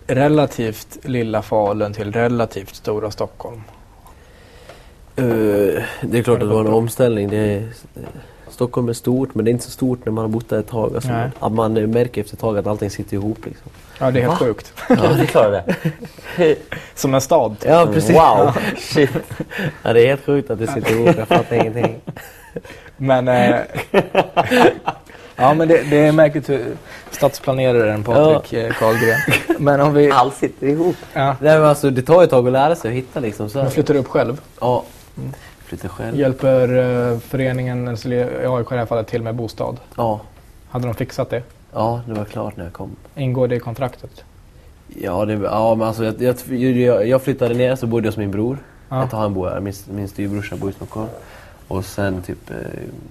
[SPEAKER 1] relativt lilla Falun till relativt stora Stockholm?
[SPEAKER 2] Eh, det är klart att det var en omställning. Det är, eh, Stockholm är stort men det är inte så stort när man har bott där ett tag. Alltså,
[SPEAKER 1] Nej.
[SPEAKER 2] att man eh, märker efter ett tag att allting sitter ihop. Liksom.
[SPEAKER 1] Ja, det är helt sjukt.
[SPEAKER 3] Ja, du klarar det.
[SPEAKER 1] Som en stad. typ.
[SPEAKER 2] Ja
[SPEAKER 3] Wow! Shit.
[SPEAKER 2] Ja, det är helt sjukt att det sitter ihop. Jag fattar ingenting.
[SPEAKER 1] Men, eh, ja, men det, det är märkligt hur stadsplaneraren Patrik eh, Karlgren. Men om vi...
[SPEAKER 3] Allt sitter ihop.
[SPEAKER 1] Ja,
[SPEAKER 2] Nej, men alltså, det tar ju ett tag att lära sig att hitta liksom. Så
[SPEAKER 1] du
[SPEAKER 2] här.
[SPEAKER 1] flyttar upp själv.
[SPEAKER 2] Ja. Flytta själv.
[SPEAKER 1] Hjälper eh, föreningen, eller i AIK i det här fallet, till med bostad?
[SPEAKER 2] Ja.
[SPEAKER 1] Hade de fixat det?
[SPEAKER 2] ja, det var klart när jag kom.
[SPEAKER 1] Ingår det i kontraktet?
[SPEAKER 2] Ja, det, ja men alltså, jag, jag, jag- jag flyttade ner så bodde jag hos min bror.
[SPEAKER 1] Ja.
[SPEAKER 2] Ett, han bor här, min, min styvbrorsa bor i Stockholm. Och sen typ, eh,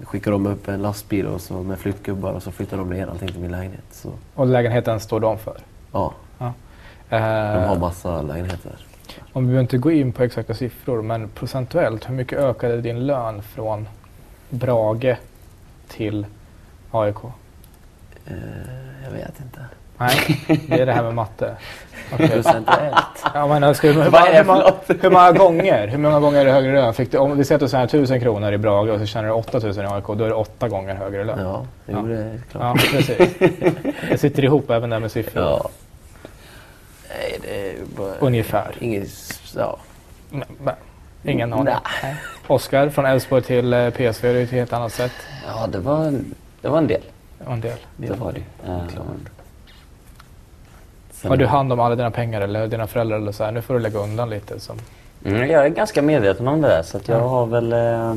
[SPEAKER 2] skickade de upp en lastbil och så, med flyttgubbar och så flyttade de ner allting till min lägenhet. Så,
[SPEAKER 1] Och lägenheten står de för?
[SPEAKER 2] ja, de
[SPEAKER 1] Eh,
[SPEAKER 2] har massa lägenheter.
[SPEAKER 1] Om vi behöver inte gå in på exakta siffror, men procentuellt, hur mycket ökade din lön från Brage till AIK?
[SPEAKER 2] Eh, jag vet inte.
[SPEAKER 1] Nej, det är det här med matte. Okej.
[SPEAKER 2] Procentuellt.
[SPEAKER 1] Ja, men jag ska, hur,
[SPEAKER 2] Vad
[SPEAKER 1] många,
[SPEAKER 2] är det
[SPEAKER 1] hur,
[SPEAKER 2] för
[SPEAKER 1] många,
[SPEAKER 2] något?
[SPEAKER 1] hur många gånger? Hur många gånger är det högre lön? Fick du, om vi säger att du tjänar 1000 kronor i Brage och så tjänar du 8000 i AIK, då är det åtta gånger högre lön.
[SPEAKER 2] Ja, jo,
[SPEAKER 1] Ja.
[SPEAKER 2] det är klart.
[SPEAKER 1] Ja, precis. Det sitter ihop även där med siffror.
[SPEAKER 2] Ja. Nej, det är ju bara...
[SPEAKER 1] Ungefär.
[SPEAKER 2] Inget... s- Ja.
[SPEAKER 1] Men, men, ingen aning.
[SPEAKER 2] Nej.
[SPEAKER 1] Oskar, från Elfsborg till eh, PSV, det är ju ett helt annat sätt.
[SPEAKER 3] Ja, det var, en- det var en del.
[SPEAKER 1] Och en del.
[SPEAKER 3] Det var det. Eh, sen-
[SPEAKER 1] Har
[SPEAKER 3] Mm.
[SPEAKER 1] du hand om alla dina pengar eller dina föräldrar eller så här? Nu får du lägga undan lite. Som...
[SPEAKER 3] Mm, jag är ganska medveten om det där så att jag har väl eh,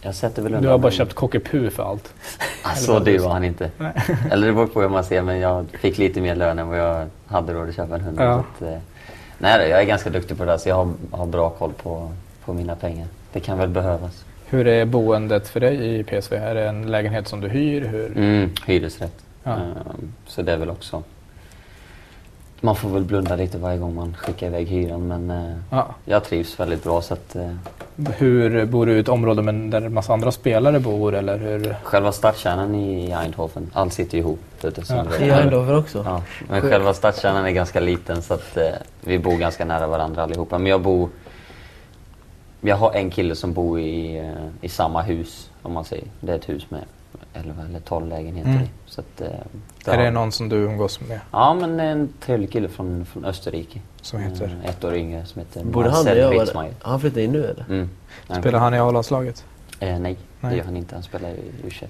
[SPEAKER 4] Jag sätter väl
[SPEAKER 5] Du har
[SPEAKER 4] undan
[SPEAKER 5] bara
[SPEAKER 4] den.
[SPEAKER 5] köpt kokepu för allt.
[SPEAKER 3] Så dyr var han inte. Eller det beror på hur man ser men jag fick lite mer lön än vad jag hade råd att köpa en hund.
[SPEAKER 5] Ja.
[SPEAKER 3] Så att, eh, nej då, jag är ganska duktig på det där så jag har, har bra koll på, på mina pengar. Det kan väl behövas.
[SPEAKER 1] Hur är boendet för dig i PSV? Är det en lägenhet som du hyr? Hur?
[SPEAKER 3] Mm, hyresrätt.
[SPEAKER 1] Ja.
[SPEAKER 3] Ehm, så det är väl också... Man får väl blunda lite varje gång man skickar iväg hyran men eh,
[SPEAKER 1] Ja.
[SPEAKER 3] jag trivs väldigt bra så att eh,
[SPEAKER 1] Hur bor du i ett område men där en massa andra spelare bor? Eller hur?
[SPEAKER 3] själva stadskärnan i Eindhoven, allt sitter ihop. Vet du, som
[SPEAKER 1] Ja.
[SPEAKER 3] det
[SPEAKER 2] I
[SPEAKER 3] är.
[SPEAKER 2] Eindhoven också?
[SPEAKER 3] Ja, men själva stadskärnan är ganska liten så att eh, vi bor ganska nära varandra allihopa. Men jag bor... Jag har en kille som bor i, eh, i samma hus, om man säger. Det är ett hus med 11 eller 12 lägenheter
[SPEAKER 1] Mm.
[SPEAKER 3] i. Så att, eh,
[SPEAKER 1] Är
[SPEAKER 3] har-
[SPEAKER 1] det någon som du umgås med
[SPEAKER 3] Ja, men en trevlig kille från, från Österrike.
[SPEAKER 1] som heter?
[SPEAKER 3] Eh, Ett år yngre som heter
[SPEAKER 2] Borde han det?
[SPEAKER 3] Marcel
[SPEAKER 2] Jag var,
[SPEAKER 3] Witzmeier.
[SPEAKER 2] han flyttar in nu eller?
[SPEAKER 3] Mm. Han-
[SPEAKER 1] Spelar han i A-landslaget?
[SPEAKER 3] Eh, nej,
[SPEAKER 1] Nej.
[SPEAKER 3] det gör han inte. Han spelar i U21.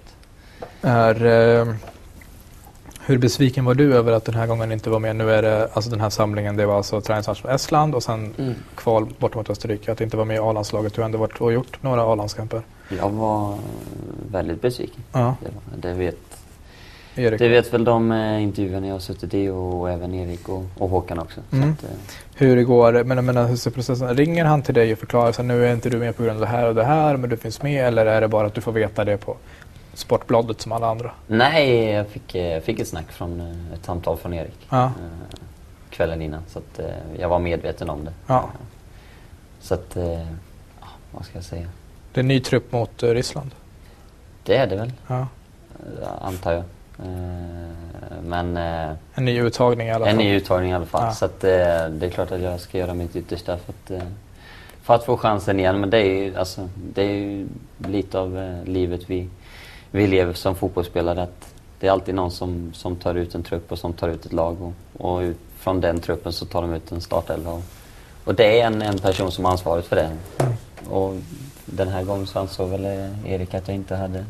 [SPEAKER 1] Är, eh, hur besviken var du över att den här gången inte var med? Nu är det alltså den här samlingen, det var alltså träningsmatch mot Estland och sen
[SPEAKER 2] Mm.
[SPEAKER 1] kval bort mot Österrike. Att inte vara med i A-landslaget. Du har ändå varit och gjort några A-landskamper.
[SPEAKER 3] Jag var eh, väldigt besviken.
[SPEAKER 1] Ja,
[SPEAKER 3] Det, var, det vet
[SPEAKER 1] Erik.
[SPEAKER 3] Det vet väl de eh, intervjuerna jag har suttit i och även Erik och, och Håkan också.
[SPEAKER 1] Mm.
[SPEAKER 3] Så att, eh,
[SPEAKER 1] Hur det går, men jag menar hur ser processen? Ringer han till dig och förklarar så här, nu är inte du med på grund av det här och det här men du finns med eller är det bara att du får veta det på Sportbladet som alla andra?
[SPEAKER 3] nej, jag fick, eh, jag fick ett snack från eh, ett samtal från Erik
[SPEAKER 1] Ja,
[SPEAKER 3] eh, kvällen innan så att eh, jag var medveten om det. Eh,
[SPEAKER 1] ja.
[SPEAKER 3] Så att, eh, ja, vad ska jag säga?
[SPEAKER 1] Det är en ny trupp mot eh, Ryssland.
[SPEAKER 3] Det är det väl,
[SPEAKER 1] Ja.
[SPEAKER 3] eh, antar jag. Eh, men eh,
[SPEAKER 1] En ny uttagning i alla
[SPEAKER 3] en
[SPEAKER 1] fall.
[SPEAKER 3] ny uttagning i alla fall.
[SPEAKER 1] Ja.
[SPEAKER 3] Så att, eh, det är klart att jag ska göra mitt yttersta för att, eh, för att få chansen igen. Men det är ju, alltså, det är ju lite av eh, livet vi, vi lever som fotbollsspelare. Att det är alltid någon som, som tar ut en trupp och som tar ut ett lag. Och, och ut, från den truppen så tar de ut en startelva. Och, och det är en, en person som har ansvaret för det.
[SPEAKER 1] Mm.
[SPEAKER 3] Och den här gången så ansåg väl eh, Erik att jag inte hade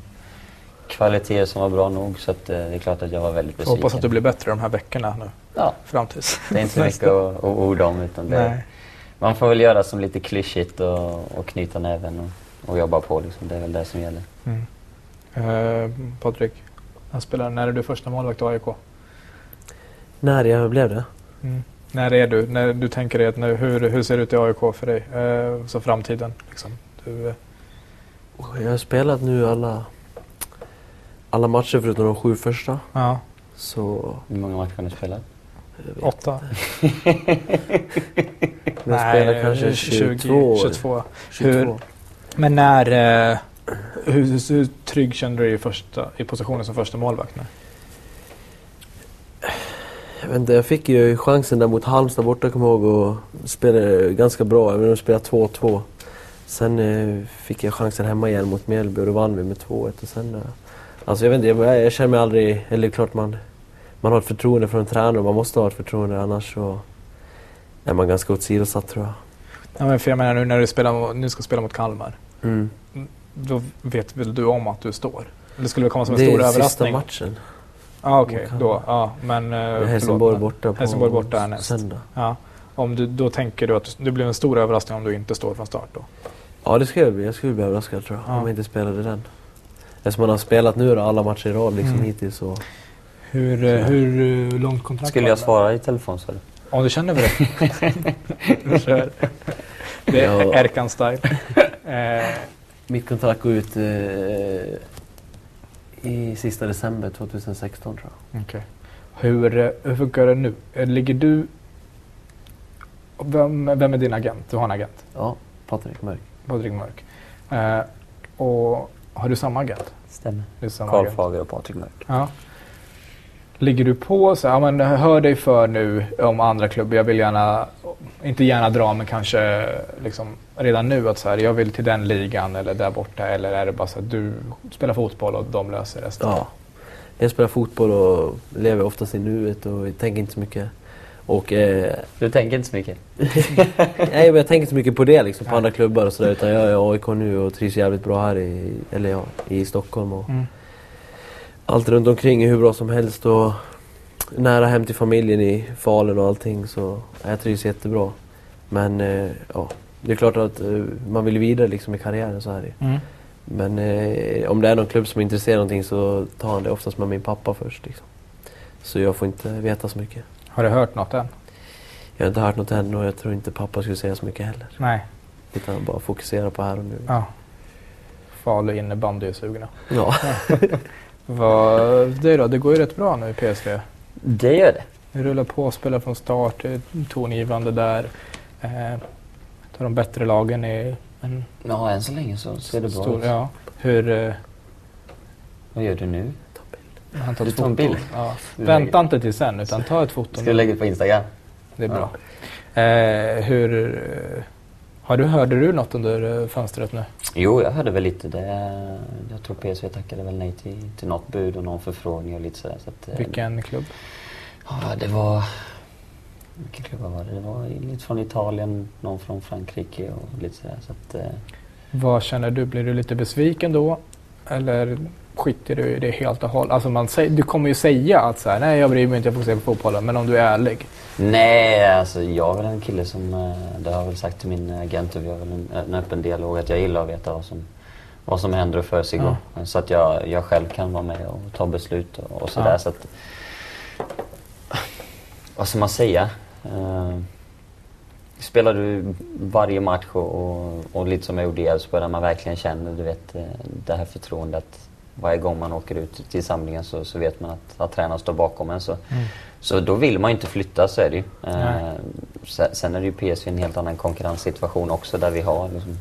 [SPEAKER 3] kvaliteter som var bra nog. Så att, eh, det är klart att jag var väldigt
[SPEAKER 1] Jag
[SPEAKER 3] besviken.
[SPEAKER 1] Hoppas att du blir bättre de här veckorna nu
[SPEAKER 3] Ja.
[SPEAKER 1] fram tills.
[SPEAKER 3] Det är inte så mycket att, att orda om. Utan det,
[SPEAKER 1] Nej.
[SPEAKER 3] man får väl göra som lite klyschigt och, och knyta näven och, och jobba på. Liksom. Det är väl det som gäller.
[SPEAKER 1] Mm. Eh, Patrik, han spelar, när är du första målvakt i AIK?
[SPEAKER 2] När jag blev det?
[SPEAKER 1] Mm. När är du? När du tänker dig att nu, hur, hur ser det ut i AIK för dig? Eh, så framtiden liksom. Du, eh,
[SPEAKER 2] Jag har spelat nu alla, alla matcher förutom de sju första.
[SPEAKER 1] ja,
[SPEAKER 2] Så
[SPEAKER 3] Hur många matcher har ni spelat?
[SPEAKER 1] åtta?
[SPEAKER 2] jag spelar kanske
[SPEAKER 1] 20,
[SPEAKER 2] 22 22.
[SPEAKER 1] 22. Hur- Men när... Eh, hur, hur, hur trygg kände du dig i, första, i positionen som första målvakt? nu?
[SPEAKER 2] Jag, vet inte, jag fick ju chansen där mot Halmstad borta kommer jag ihåg och spelade ganska bra. Även om jag spelade 2-2. Sen eh, fick jag chansen hemma igen mot Mjällby och då vann vi med 2-1. Och sen, eh, alltså jag, vet inte, jag, jag känner mig aldrig... Eller klart man, man har ett förtroende från en tränare och man måste ha ett förtroende annars så är man ganska åsidosatt tror jag.
[SPEAKER 1] Ja, men för jag menar nu när du spelar, mot- nu ska spela mot Kalmar.
[SPEAKER 2] Mm.
[SPEAKER 1] Då vet väl du om att du står? Det skulle väl komma som en
[SPEAKER 2] det
[SPEAKER 1] stor
[SPEAKER 2] är sista
[SPEAKER 1] överraskning?
[SPEAKER 2] matchen.
[SPEAKER 1] Ja, okej.
[SPEAKER 2] mot Kalmar.
[SPEAKER 1] Då. Ja, men... eh,
[SPEAKER 2] Med
[SPEAKER 1] förlåt,
[SPEAKER 2] Helsingborg
[SPEAKER 1] men-
[SPEAKER 2] borta på
[SPEAKER 1] Helsingborg borta härnäst.
[SPEAKER 2] söndag.
[SPEAKER 1] Ja. Om du, då tänker du att det blir en stor överraskning om du inte står från start då?
[SPEAKER 2] Ja, det skulle jag bli. Jag skulle bli överraskad tror jag.
[SPEAKER 1] Ja.
[SPEAKER 2] Om jag inte spelade den. Eftersom man har spelat nu då, alla matcher i rad liksom
[SPEAKER 1] Mm.
[SPEAKER 2] hittills. Och...
[SPEAKER 1] Hur, eh, hur eh, långt kontrakt
[SPEAKER 3] Skulle
[SPEAKER 1] var
[SPEAKER 3] jag
[SPEAKER 1] det?
[SPEAKER 3] svara i telefon så?
[SPEAKER 1] Om du känner för det. Vi kör. Det
[SPEAKER 2] Ja.
[SPEAKER 1] är Erkan-style. Eh,
[SPEAKER 2] Mitt kontrakt går ut eh, i sista december 2016 tror jag.
[SPEAKER 1] Hur, eh, hur funkar det nu? Eh, Ligger du... Vem, vem är din agent? Du har en agent,
[SPEAKER 2] Ja, Patrik Mörk.
[SPEAKER 1] Patrik Mörk. Eh, och har du samma agent?
[SPEAKER 3] Stämmer.
[SPEAKER 1] Det är samma
[SPEAKER 3] Karl
[SPEAKER 1] agent.
[SPEAKER 3] Fager och Patrik Mörk.
[SPEAKER 1] Ja. Ligger du på så här, ja, men hör dig för nu om andra klubbar. Jag vill gärna, inte gärna dra men kanske liksom redan nu att så här, jag vill till den ligan eller där borta. Eller är det bara så att du spelar fotboll och de löser resten?
[SPEAKER 2] Ja. Jag spelar fotboll och lever oftast i nuet och jag tänker inte så mycket. Och, eh,
[SPEAKER 3] Du tänker inte så mycket?
[SPEAKER 2] nej, men jag tänker inte så mycket på det liksom, på
[SPEAKER 1] Nej.
[SPEAKER 2] andra klubbar och sådär. Utan jag är i AIK nu och trivs jävligt bra här i, eller ja, i Stockholm. Och,
[SPEAKER 1] Mm.
[SPEAKER 2] allt runt omkring är hur bra som helst och nära hem till familjen i Falun och allting så jag trivs jättebra. Men eh, ja, det är klart att eh, man vill vidare liksom i karriären så här.
[SPEAKER 1] Mm.
[SPEAKER 2] Men eh, om det är någon klubb som är intresserad av någonting så tar han det oftast med min pappa först. Liksom. Så jag får inte veta så mycket.
[SPEAKER 1] Har du hört något än?
[SPEAKER 2] Jag har inte hört något än och jag tror inte pappa skulle säga så mycket heller.
[SPEAKER 1] Nej.
[SPEAKER 2] Utan bara fokusera på här och nu.
[SPEAKER 1] Ja. Falu innebandy är sugna.
[SPEAKER 2] Ja.
[SPEAKER 1] Vad, det då, det går ju rätt bra nu i PSV.
[SPEAKER 3] Det gör det.
[SPEAKER 1] Ni rullar på, spelar från start, det är tongivande där. Eh, tar de bättre lagen i en
[SPEAKER 3] Ja, än så länge så ser det bra
[SPEAKER 1] stor...
[SPEAKER 3] ut.
[SPEAKER 1] Ja. Hur... Eh,
[SPEAKER 3] Vad gör du nu?
[SPEAKER 1] han tar
[SPEAKER 3] Du
[SPEAKER 1] ett
[SPEAKER 3] tar en
[SPEAKER 1] foto.
[SPEAKER 3] bild.
[SPEAKER 1] Ja.
[SPEAKER 3] Du
[SPEAKER 1] Vänta inte till sen utan ta ett foto
[SPEAKER 3] Ska
[SPEAKER 1] nu.
[SPEAKER 3] du lägga ut på Instagram?
[SPEAKER 1] Det är bra. Eh, hur... eh, Har du, hörde du något under eh, fönstret nu?
[SPEAKER 3] Jo, jag hörde väl lite det. Jag tror PSV tackade väl nej till, till något bud och någon förfrågning och lite sådär. Så att, eh,
[SPEAKER 1] Vilken klubb?
[SPEAKER 3] Ja, det var... Vilken klubba var det? Det var lite från Italien, någon från Frankrike och lite sådär. Så att, eh,
[SPEAKER 1] Vad känner du? Blir du lite besviken då? Eller skiter du i det helt och hållet? Alltså man säger, du kommer ju säga att så här, nej jag bryr mig inte, jag fokuserar på fotbollen. Men om du är ärlig.
[SPEAKER 3] Nej, alltså jag är väl en kille som, eh, det har jag väl sagt till min agent och vi har väl en, en öppen dialog, att jag gillar att veta vad som, vad som händer och försiggår. Så att jag, jag själv kan vara med och ta beslut och, och sådär.
[SPEAKER 1] Ja.
[SPEAKER 3] Så att, vad ska man säga? Eh, spelar du varje match och, och, och lite som jag gjorde i Elfsborg, där man verkligen känner du vet, eh, det här förtroendet. Varje gång man åker ut till samlingen så, så vet man att, att tränaren står bakom en. Så, så då vill man ju inte flytta, så är det ju. Eh,
[SPEAKER 1] Nej.
[SPEAKER 3] se- sen är det ju PSV en helt annan konkurrenssituation också där vi har liksom,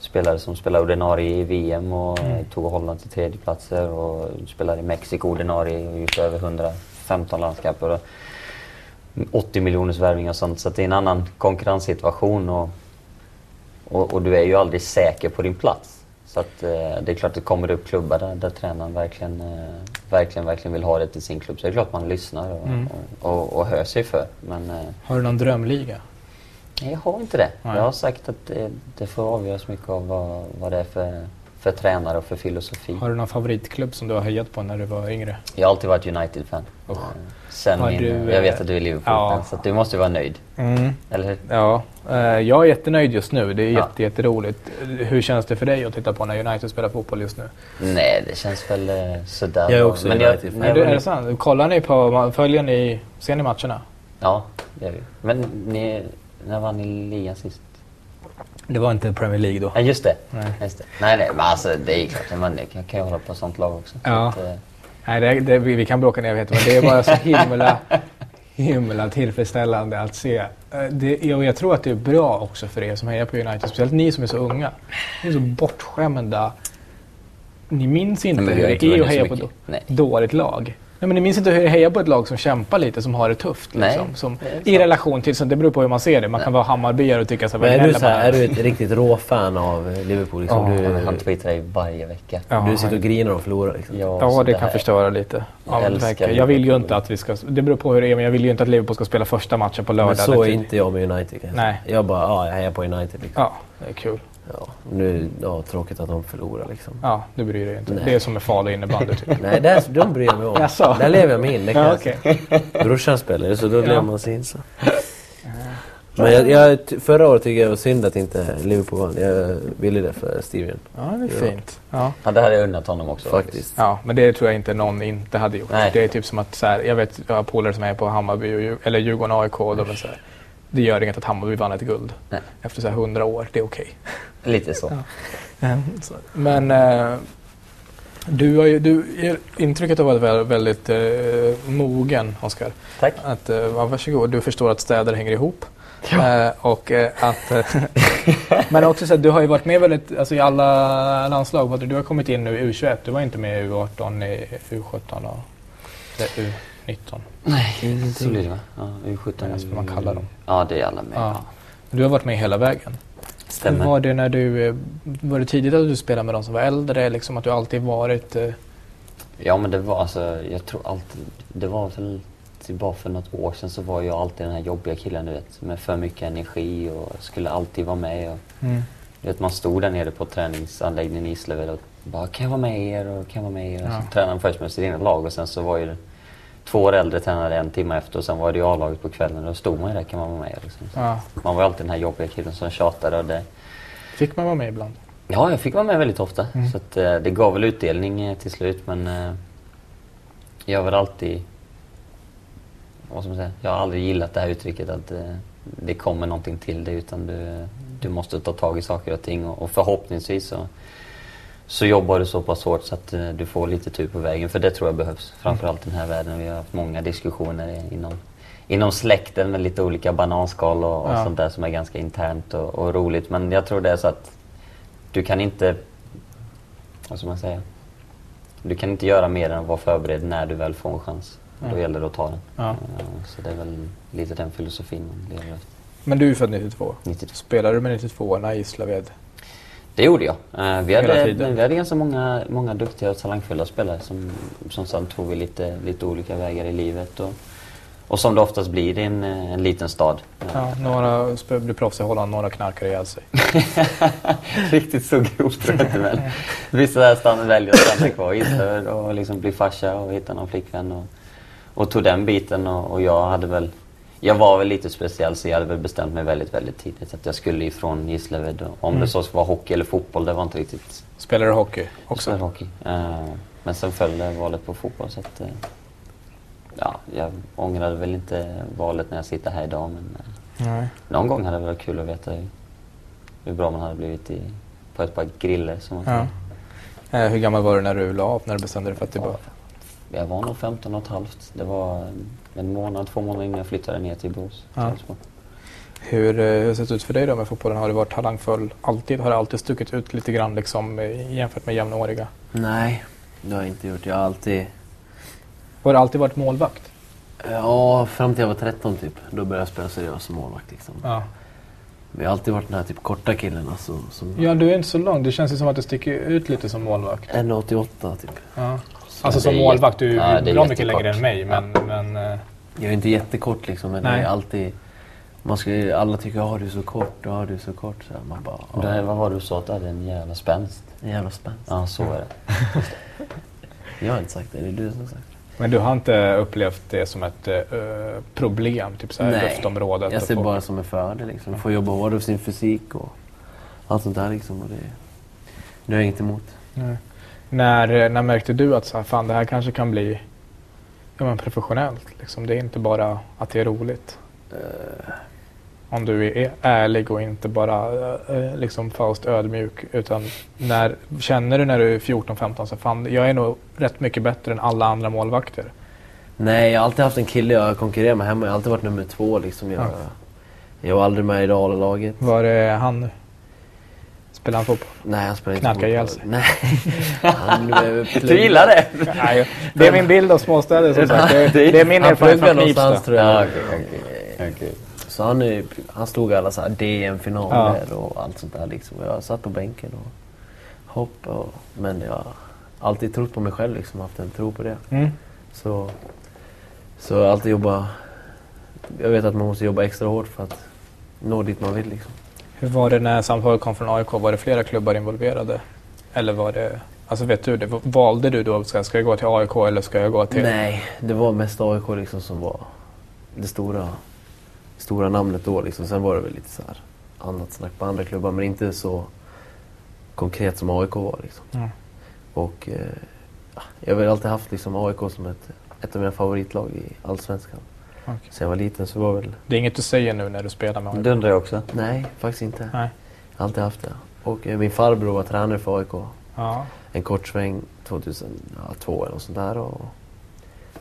[SPEAKER 3] spelare som spelar ordinarie i VM och eh, tog Holland till tredjeplatser och spelar i Mexiko ordinarie och gjort över 115 landskamper. Och 80 miljoners värvning och sånt så att det är en annan konkurrenssituation och, och, och du är ju aldrig säker på din plats. Så att eh, det är klart att kommer det upp klubbar där, där tränaren verkligen, eh, verkligen, verkligen vill ha det till sin klubb så är det klart man lyssnar och,
[SPEAKER 1] Mm.
[SPEAKER 3] och, och, och hör sig för. Men, eh,
[SPEAKER 1] Har du någon drömliga?
[SPEAKER 3] Nej, jag har inte det.
[SPEAKER 1] Nej.
[SPEAKER 3] Jag har sagt att det, det får avgöras mycket av vad, vad det är för, för tränare och för filosofi.
[SPEAKER 1] Har du någon favoritklubb som du har hejat på när du var yngre?
[SPEAKER 3] Jag har alltid varit United-fan. Eh,
[SPEAKER 1] Usch.
[SPEAKER 3] Sen
[SPEAKER 1] Har
[SPEAKER 3] min,
[SPEAKER 1] du,
[SPEAKER 3] jag vet
[SPEAKER 1] eh,
[SPEAKER 3] att du är Liverpool-fan,
[SPEAKER 1] ja.
[SPEAKER 3] så att du måste vara nöjd. Eller hur?
[SPEAKER 1] Ja, eh, jag är jättenöjd just nu. Det är
[SPEAKER 3] Ja.
[SPEAKER 1] jätte, jätteroligt. Hur känns det för dig att titta på när United spelar fotboll just nu?
[SPEAKER 3] Nej, det känns väl eh, sådär.
[SPEAKER 2] Jag är
[SPEAKER 3] då.
[SPEAKER 2] också
[SPEAKER 3] Men jag-
[SPEAKER 2] United-fan.
[SPEAKER 3] när
[SPEAKER 1] Är
[SPEAKER 3] jag
[SPEAKER 1] det,
[SPEAKER 3] var
[SPEAKER 1] är det
[SPEAKER 3] liten-
[SPEAKER 1] sant? Kollar ni på, följer ni, ser ni matcherna?
[SPEAKER 3] Ja, det gör vi. Men ni, när vann ni ligan sist?
[SPEAKER 1] Det var inte Premier League då.
[SPEAKER 3] Ja, just det.
[SPEAKER 1] Nej.
[SPEAKER 3] Just det. Nej, nej, men alltså det är klart. Man kan kan ju hålla på sånt lag också. Så
[SPEAKER 1] Ja.
[SPEAKER 3] att, eh,
[SPEAKER 1] Nej, det, det, vi vi kan bråka ner evigheter, men det är bara så himla, himla tillfredsställande att se. Eh, Det, och jag tror att det är bra också för er som hejar på United, speciellt ni som är så unga. Ni är så bortskämda. Ni minns inte
[SPEAKER 3] Nej, men vi
[SPEAKER 1] hur
[SPEAKER 3] har
[SPEAKER 1] det
[SPEAKER 3] inte
[SPEAKER 1] är
[SPEAKER 3] vunnit
[SPEAKER 1] att
[SPEAKER 3] så
[SPEAKER 1] heja på ett
[SPEAKER 3] mycket. Nej.
[SPEAKER 1] dåligt lag. Nej, men ni minns inte hur det är att heja på ett lag som kämpar lite, som har det tufft.
[SPEAKER 3] Nej,
[SPEAKER 1] Liksom, som,
[SPEAKER 3] det är sant.
[SPEAKER 1] I relation till, så det beror på hur man ser det. Man kan vara Hammarbyare och tycka så här,
[SPEAKER 2] Men
[SPEAKER 1] vad
[SPEAKER 2] är du,
[SPEAKER 1] gnäller
[SPEAKER 2] så
[SPEAKER 1] man
[SPEAKER 2] här,
[SPEAKER 1] här?
[SPEAKER 2] är du ett riktigt rå-fan av eh, Liverpool? Liksom,
[SPEAKER 1] Ja,
[SPEAKER 3] han- Han
[SPEAKER 2] du,
[SPEAKER 3] twittrar ju varje vecka.
[SPEAKER 1] Ja,
[SPEAKER 2] du sitter och grinar och förlorar. Liksom.
[SPEAKER 3] Ja,
[SPEAKER 1] Ja,
[SPEAKER 3] så
[SPEAKER 1] det kan
[SPEAKER 3] här-
[SPEAKER 1] förstöra lite. Ja,
[SPEAKER 3] Jag
[SPEAKER 1] men
[SPEAKER 3] älskar
[SPEAKER 1] verkligen. jag vill ju
[SPEAKER 3] Liverpool.
[SPEAKER 1] inte att vi ska... Det beror på hur det är, men jag vill ju inte att Liverpool ska spela första matchen på lördag.
[SPEAKER 2] Men så är
[SPEAKER 1] Det-
[SPEAKER 2] inte jag med United. kan jag säga.
[SPEAKER 1] Nej.
[SPEAKER 2] Jag bara, ja, jag hejar på United. Liksom.
[SPEAKER 1] Ja, det är kul.
[SPEAKER 2] Ja. Nu, ja, tråkigt att de förlorar liksom.
[SPEAKER 1] Ja, du bryr dig inte. Det är som med Falu innebandy typ.
[SPEAKER 2] Nej, där, de bryr jag mig om.
[SPEAKER 1] Jaså?
[SPEAKER 2] Där lever jag mig in. Det kan
[SPEAKER 1] Ja,
[SPEAKER 2] jag
[SPEAKER 1] okej.
[SPEAKER 2] säga. Brorsan spelar ju, så då
[SPEAKER 1] Ja.
[SPEAKER 2] lever man sig in. Så. Men jag, jag, ty- förra året tycker jag det var synd att inte Liverpool vann. Jag ville det för Steven,
[SPEAKER 1] Ja, det är fint. Ja.
[SPEAKER 3] Ja, det hade jag unnat honom också.
[SPEAKER 2] faktiskt.
[SPEAKER 1] ja, men det tror jag inte någon inte hade gjort.
[SPEAKER 3] Nej.
[SPEAKER 1] Det är typ som att så här, jag vet, jag har polare som är på Hammarby, och, Djur- eller Djurgården och AIK. Och de är så här, det gör inget att Hammarby vann ett guld.
[SPEAKER 3] Nej.
[SPEAKER 1] Efter så här 100 år, det är okej.
[SPEAKER 3] Lite så.
[SPEAKER 1] Ehm, Så. Men eh, du har ju, du, er- intrycket har varit väl- väldigt eh, mogen, Oskar.
[SPEAKER 3] Tack.
[SPEAKER 1] Att, eh, ja, varsågod, du förstår att städer hänger ihop. Eh, och eh, att, eh, men också så att du har ju varit med väldigt, alltså, i alla landslag. Vad Du du har kommit in nu i U21, du var inte med i U18, i U17 och eller U19.
[SPEAKER 3] Nej, så blir det va? Ja,
[SPEAKER 1] Men
[SPEAKER 3] U17.
[SPEAKER 1] alltså, vad man kallar dem.
[SPEAKER 3] Ja, det är alla med.
[SPEAKER 1] Ja.
[SPEAKER 3] Ja.
[SPEAKER 1] Du har varit med hela vägen.
[SPEAKER 3] Stämmer.
[SPEAKER 1] Var det, när du, eh, var det tidigt att du spelade med de som var äldre? Liksom att du alltid varit... Eh,
[SPEAKER 3] Ja, men det var alltså, jag tror alltid, det var väl till bara för något år sedan så var jag alltid den här jobbiga killen du vet. Med för mycket energi och skulle alltid vara med. Och, du vet, man stod där nere på träningsanläggningen i Islöv och bara kan jag vara med er och kan jag vara med er. Och
[SPEAKER 1] Ja.
[SPEAKER 3] så tränade man först med sitt egna lag och sen så var ju det två år äldre tränade en timme efter och sen var det ju A-laget på kvällen och då stod man ju där, kan man vara med? Liksom.
[SPEAKER 1] Ja.
[SPEAKER 3] Man var ju alltid den här jobbiga killen som tjatade och det,
[SPEAKER 1] Fick man vara med ibland?
[SPEAKER 3] Ja, jag fick vara med väldigt ofta.
[SPEAKER 1] Mm.
[SPEAKER 3] Så att, eh, det gav väl utdelning eh, till slut men eh, jag har väl alltid... Vad ska man säga? Jag har aldrig gillat det här uttrycket att eh, det kommer någonting till dig utan du, du måste ta tag i saker och ting och, och förhoppningsvis så, så jobbar du så pass hårt så att eh, du får lite tur på vägen för det tror jag behövs. Framförallt i den här världen. Vi har haft många diskussioner inom, inom släkten med lite olika bananskal och, och
[SPEAKER 1] Ja.
[SPEAKER 3] sånt där som är ganska internt och, och roligt men jag tror det är så att du kan inte... Vad ska man säga? Du kan inte göra mer än att vara förberedd när du väl får en chans. Då
[SPEAKER 1] Mm.
[SPEAKER 3] gäller det att ta den.
[SPEAKER 1] Ja.
[SPEAKER 3] Eh, Så det är väl lite den filosofin man lever efter.
[SPEAKER 1] Men du är född 92.
[SPEAKER 3] 92.
[SPEAKER 1] Spelade du med 92orna i Gislaved?
[SPEAKER 3] Det gjorde jag. Eh, Vi
[SPEAKER 1] Hela
[SPEAKER 3] hade,
[SPEAKER 1] tiden.
[SPEAKER 3] vi hade ganska många, många duktiga och talangfulla spelare som, som sen tog vi lite, lite olika vägar i livet. Och, och som det oftast blir i en, eh, en liten stad. Eh,
[SPEAKER 1] Ja, några sp- blev proffs i Holland, några knarkade ihjäl sig.
[SPEAKER 3] Riktigt så grovt tror jag inte men vissa där stannar, väljer att stanna kvar i Israel och liksom bli farsa och hitta någon flickvän och, och tog den biten och, och jag hade väl jag var väl lite speciell så jag hade väl bestämt mig väldigt väldigt tidigt att jag skulle ifrån Gislaved och om
[SPEAKER 1] Mm.
[SPEAKER 3] det så var hockey eller fotboll det var inte riktigt
[SPEAKER 1] Spelade du hockey också?
[SPEAKER 3] så hockey. Eh, men sen föll det valet på fotboll så att eh, ja, jag ångrade väl inte valet när jag sitter här idag men eh,
[SPEAKER 1] Nej.
[SPEAKER 3] någon gång hade det varit kul att veta hur, hur bra man hade blivit i, på ett par griller som man
[SPEAKER 1] Ja.
[SPEAKER 3] säger.
[SPEAKER 1] Eh, hur gammal var du när du la av, när du bestämde dig för att det var...
[SPEAKER 3] Jag var nog 15 och ett halvt. Det var eh, en månad, två månader innan jag flyttade ner till Borås. till
[SPEAKER 1] Ja.
[SPEAKER 3] Elfsborg.
[SPEAKER 1] Hur, eh, hur har det sett ut för dig då med fotbollen? Har du varit talangfull alltid? Har det alltid stuckit ut lite grann liksom, eh, jämfört med jämnåriga?
[SPEAKER 2] Nej, det har jag inte gjort. Jag har alltid...
[SPEAKER 1] Har du alltid varit målvakt?
[SPEAKER 2] Ja, fram till jag var 13 typ. Då började jag spela seriöst som målvakt liksom.
[SPEAKER 1] Ja.
[SPEAKER 2] Men jag har alltid varit den här typ korta killen alltså. Som...
[SPEAKER 1] ja, du är inte så lång. Det känns ju som att du sticker ut lite som målvakt.
[SPEAKER 2] 1,88 typ.
[SPEAKER 1] Ja. Alltså
[SPEAKER 3] det
[SPEAKER 1] som
[SPEAKER 3] är
[SPEAKER 1] målvakt, du
[SPEAKER 3] jätte-
[SPEAKER 1] är
[SPEAKER 3] ja, det
[SPEAKER 1] ju
[SPEAKER 3] är
[SPEAKER 1] bra mycket
[SPEAKER 3] jättekort.
[SPEAKER 1] längre än mig. Men, men, eh,
[SPEAKER 2] Jag är inte jättekort liksom, men
[SPEAKER 1] Nej.
[SPEAKER 2] jag är alltid... Man ska, ju- alla tycker att du är så kort, ja du är så kort. Så här, man bara,
[SPEAKER 3] Och
[SPEAKER 2] ja,
[SPEAKER 3] Det, vad var det du sa att du hade? En jävla spänst?
[SPEAKER 2] en jävla spänst.
[SPEAKER 3] Ja, så är det.
[SPEAKER 2] Jag har inte sagt det, det är du som har sagt det.
[SPEAKER 1] men du har inte upplevt det som ett eh, problem? Typ så här
[SPEAKER 2] Nej.
[SPEAKER 1] luftområdet?
[SPEAKER 2] Jag
[SPEAKER 1] och
[SPEAKER 2] ser
[SPEAKER 1] folk-
[SPEAKER 2] bara som en fördel liksom. Få jobba hårdare för sin fysik och allt sånt där liksom. Och det, det har jag inget emot.
[SPEAKER 1] Nej. När, när märkte du att så här, fan, det här kanske kan bli ja, men professionellt? Liksom. Det är inte bara att det är roligt.
[SPEAKER 2] Eh.
[SPEAKER 1] Om du är ärlig och inte bara eh, eh, liksom Faust ödmjuk. Utan när, känner du när du är 14-15 så fan, jag är nog rätt mycket bättre än alla andra målvakter.
[SPEAKER 2] Nej, jag har alltid haft en kille jag konkurrerar med hemma. Jag har alltid varit nummer två liksom. Jag,
[SPEAKER 1] Ja.
[SPEAKER 2] jag var aldrig med i det A-laget.
[SPEAKER 1] Var är han nu? Spelar han fotboll?
[SPEAKER 2] Nej, han spelar inte
[SPEAKER 1] Knarkar
[SPEAKER 2] fotboll.
[SPEAKER 1] ihjäl sig.
[SPEAKER 2] Nej. Han blev
[SPEAKER 3] Du gillar det?
[SPEAKER 1] Nej, det är min bild av småstäder som sagt. Det är, det är min
[SPEAKER 2] Han
[SPEAKER 1] erfarenhet
[SPEAKER 2] pluggar
[SPEAKER 1] från Knivsta.
[SPEAKER 2] någonstans tror jag.
[SPEAKER 3] Ja, okej, okej. okej.
[SPEAKER 2] Så han, är- han slog alla så här DM-finaler och allt sånt där. Liksom. Jag satt på bänken och hoppade. Och, men jag har alltid trott på mig själv, liksom, haft en tro på det.
[SPEAKER 1] Mm.
[SPEAKER 2] Så, så jag har alltid jobba. Jag vet att man måste jobba extra hårt för att nå dit man vill. Liksom.
[SPEAKER 1] Hur var det när samtalet kom från AIK? Var det flera klubbar involverade? Eller var det... Alltså vet du det? Valde du då, ska, ska jag gå till AIK eller ska jag gå till...
[SPEAKER 2] Nej, det var mest AIK liksom som var det stora, stora namnet då. Liksom. Sen var det väl lite så här annat snack på andra klubbar, men inte så konkret som AIK var. Liksom.
[SPEAKER 1] Mm.
[SPEAKER 2] Och eh, ja, jag har väl alltid haft liksom, AIK som ett, ett av mina favoritlag i Allsvenskan.
[SPEAKER 1] Okej.
[SPEAKER 2] Sen jag var liten så var väl...
[SPEAKER 1] Det är inget du säger nu när du spelar med AIK?
[SPEAKER 3] Det undrar jag också.
[SPEAKER 2] Nej, faktiskt inte.
[SPEAKER 1] Nej.
[SPEAKER 2] Jag har alltid haft det. Och eh, min farbror var tränare för AIK.
[SPEAKER 1] Ja.
[SPEAKER 2] En kort sväng 2002 eller något sånt där. Och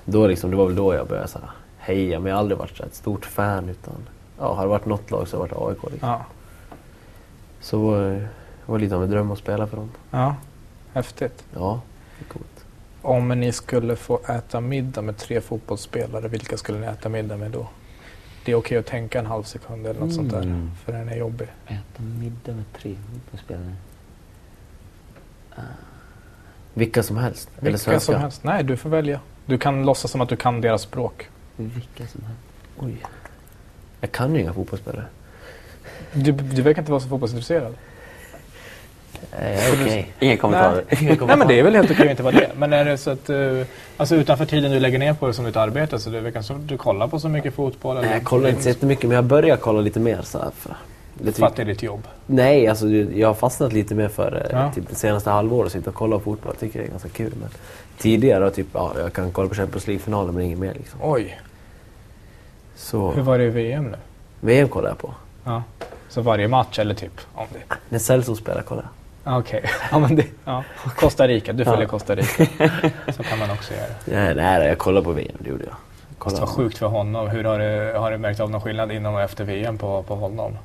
[SPEAKER 2] då liksom, det var väl då jag började så här, heja, men jag har aldrig varit så här, ett stort fan. Utan, ja, har det varit något lag så har det varit AIK. Liksom.
[SPEAKER 1] ja.
[SPEAKER 2] Så var det var lite av en dröm att spela för dem.
[SPEAKER 1] Ja. Häftigt.
[SPEAKER 2] Ja, det är coolt.
[SPEAKER 1] Om ni skulle få äta middag med tre fotbollsspelare, vilka skulle ni äta middag med då? Det är okej att tänka en halv sekund eller något sånt där,
[SPEAKER 3] Mm.
[SPEAKER 1] för den är jobbig.
[SPEAKER 3] Äta middag med tre fotbollsspelare.
[SPEAKER 2] Vilka som helst. eller
[SPEAKER 1] Vilka
[SPEAKER 2] svenska.
[SPEAKER 1] som helst. Nej, du får välja. Du kan låtsas som att du kan deras språk.
[SPEAKER 3] Vilka som helst.
[SPEAKER 2] Oj. Jag kan ju inga fotbollsspelare.
[SPEAKER 1] Du, du verkar inte vara så fotbollsintresserad.
[SPEAKER 2] Eh, Okej.
[SPEAKER 3] Inga kommentarer.
[SPEAKER 1] Nej men det är väl helt okej att inte vara det. Men är det så att eh, alltså utanför tiden du lägger ner på det som ditt arbete så det verkar som att du kollar på så mycket fotboll? Mm,
[SPEAKER 2] Nej, Jag kollar inte så jättemycket, men jag börjar kolla lite mer. Så här, för lite-
[SPEAKER 1] för att det är ditt jobb.
[SPEAKER 2] Nej, alltså det- jag har fastnat lite mer för ja.
[SPEAKER 1] Ja.
[SPEAKER 2] typ, det senaste halvåret, sitta och kolla på fotboll. Jag tycker det är ganska kul. Men tidigare, har typ, ja, jag kan kolla på Champions League-finalen men inget mer. Liksom.
[SPEAKER 1] Oj, hur
[SPEAKER 2] Så
[SPEAKER 1] var det i VM nu?
[SPEAKER 2] VM kollar jag på.
[SPEAKER 1] Ja. Så varje match eller typ? Om det.
[SPEAKER 2] När Celso spelar kollar jag.
[SPEAKER 1] Ah, Okej. Ja, men det- ja. Costa Rica, du följer Costa Rica. Så kan man också göra.
[SPEAKER 2] Nej, nej, jag kollar på VM, det gjorde jag.
[SPEAKER 1] Fast
[SPEAKER 2] Kollar.
[SPEAKER 1] vad sjukt för honom. Hur har du, har du märkt av någon skillnad innan och efter VM på, på honom?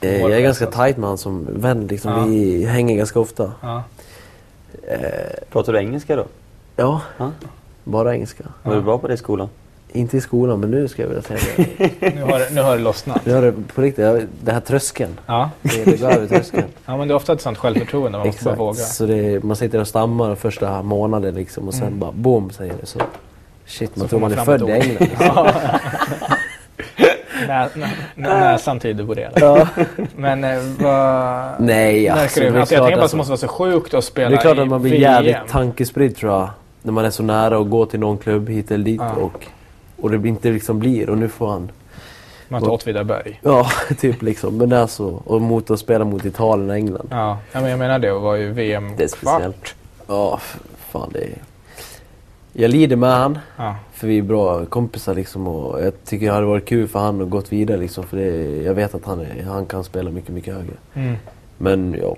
[SPEAKER 2] Eh, jag är ganska tight med han som vän. Liksom,
[SPEAKER 1] Ja.
[SPEAKER 2] Vi hänger ganska ofta.
[SPEAKER 1] Ja.
[SPEAKER 3] Pratar du engelska då?
[SPEAKER 2] Ja,
[SPEAKER 3] Ja.
[SPEAKER 2] bara engelska.
[SPEAKER 3] Var du bra på det i skolan?
[SPEAKER 2] Inte i skolan, men nu ska jag vilja säga det.
[SPEAKER 1] Nu har, nu har det lossnat.
[SPEAKER 2] Nu har det på riktigt, jag- det här tröskeln.
[SPEAKER 1] Ja.
[SPEAKER 2] Det det går över tröskeln.
[SPEAKER 1] ja, men det är ofta ett sånt självförtroende. Man måste bara våga.
[SPEAKER 2] Så det, man sitter och stammar första månaden liksom och sen
[SPEAKER 1] Mm.
[SPEAKER 2] bara boom säger det. Så, shit, man
[SPEAKER 1] Så
[SPEAKER 2] tror
[SPEAKER 1] får
[SPEAKER 2] man
[SPEAKER 1] man
[SPEAKER 2] är
[SPEAKER 1] fram ett
[SPEAKER 2] född i
[SPEAKER 1] ord.
[SPEAKER 2] England. Liksom.
[SPEAKER 1] Nä- nä- nä- Näsan tyder på det. Men eh, vad...
[SPEAKER 2] Nej,
[SPEAKER 1] Ja,
[SPEAKER 2] alltså,
[SPEAKER 1] alltså,
[SPEAKER 2] det
[SPEAKER 1] jag
[SPEAKER 2] är
[SPEAKER 1] tänker
[SPEAKER 2] klart,
[SPEAKER 1] bara att det
[SPEAKER 2] alltså,
[SPEAKER 1] måste vara så sjukt att
[SPEAKER 2] det
[SPEAKER 1] spela
[SPEAKER 2] är klart att
[SPEAKER 1] i
[SPEAKER 2] man blir
[SPEAKER 1] VM.
[SPEAKER 2] jävligt tankespridd tror jag. När man är så nära att gå till någon klubb hit eller dit
[SPEAKER 1] Ja.
[SPEAKER 2] och, och det blir- inte liksom blir. Och nu får han,
[SPEAKER 1] Man tar Åtvidaberg.
[SPEAKER 2] ja typ liksom. Men det är så. Och mot att spela mot Italien och England.
[SPEAKER 1] Ja. ja, men jag menar det. Och var ju
[SPEAKER 2] Det är
[SPEAKER 1] VM-kvart.
[SPEAKER 2] speciellt. Ja, f- fan det är... Jag lider med han.
[SPEAKER 1] Ja.
[SPEAKER 2] För vi är bra kompisar liksom och jag tycker det hade varit kul för han att gått vidare liksom för det, jag vet att han, är, han kan spela mycket, mycket högre.
[SPEAKER 1] Mm.
[SPEAKER 2] Men ja,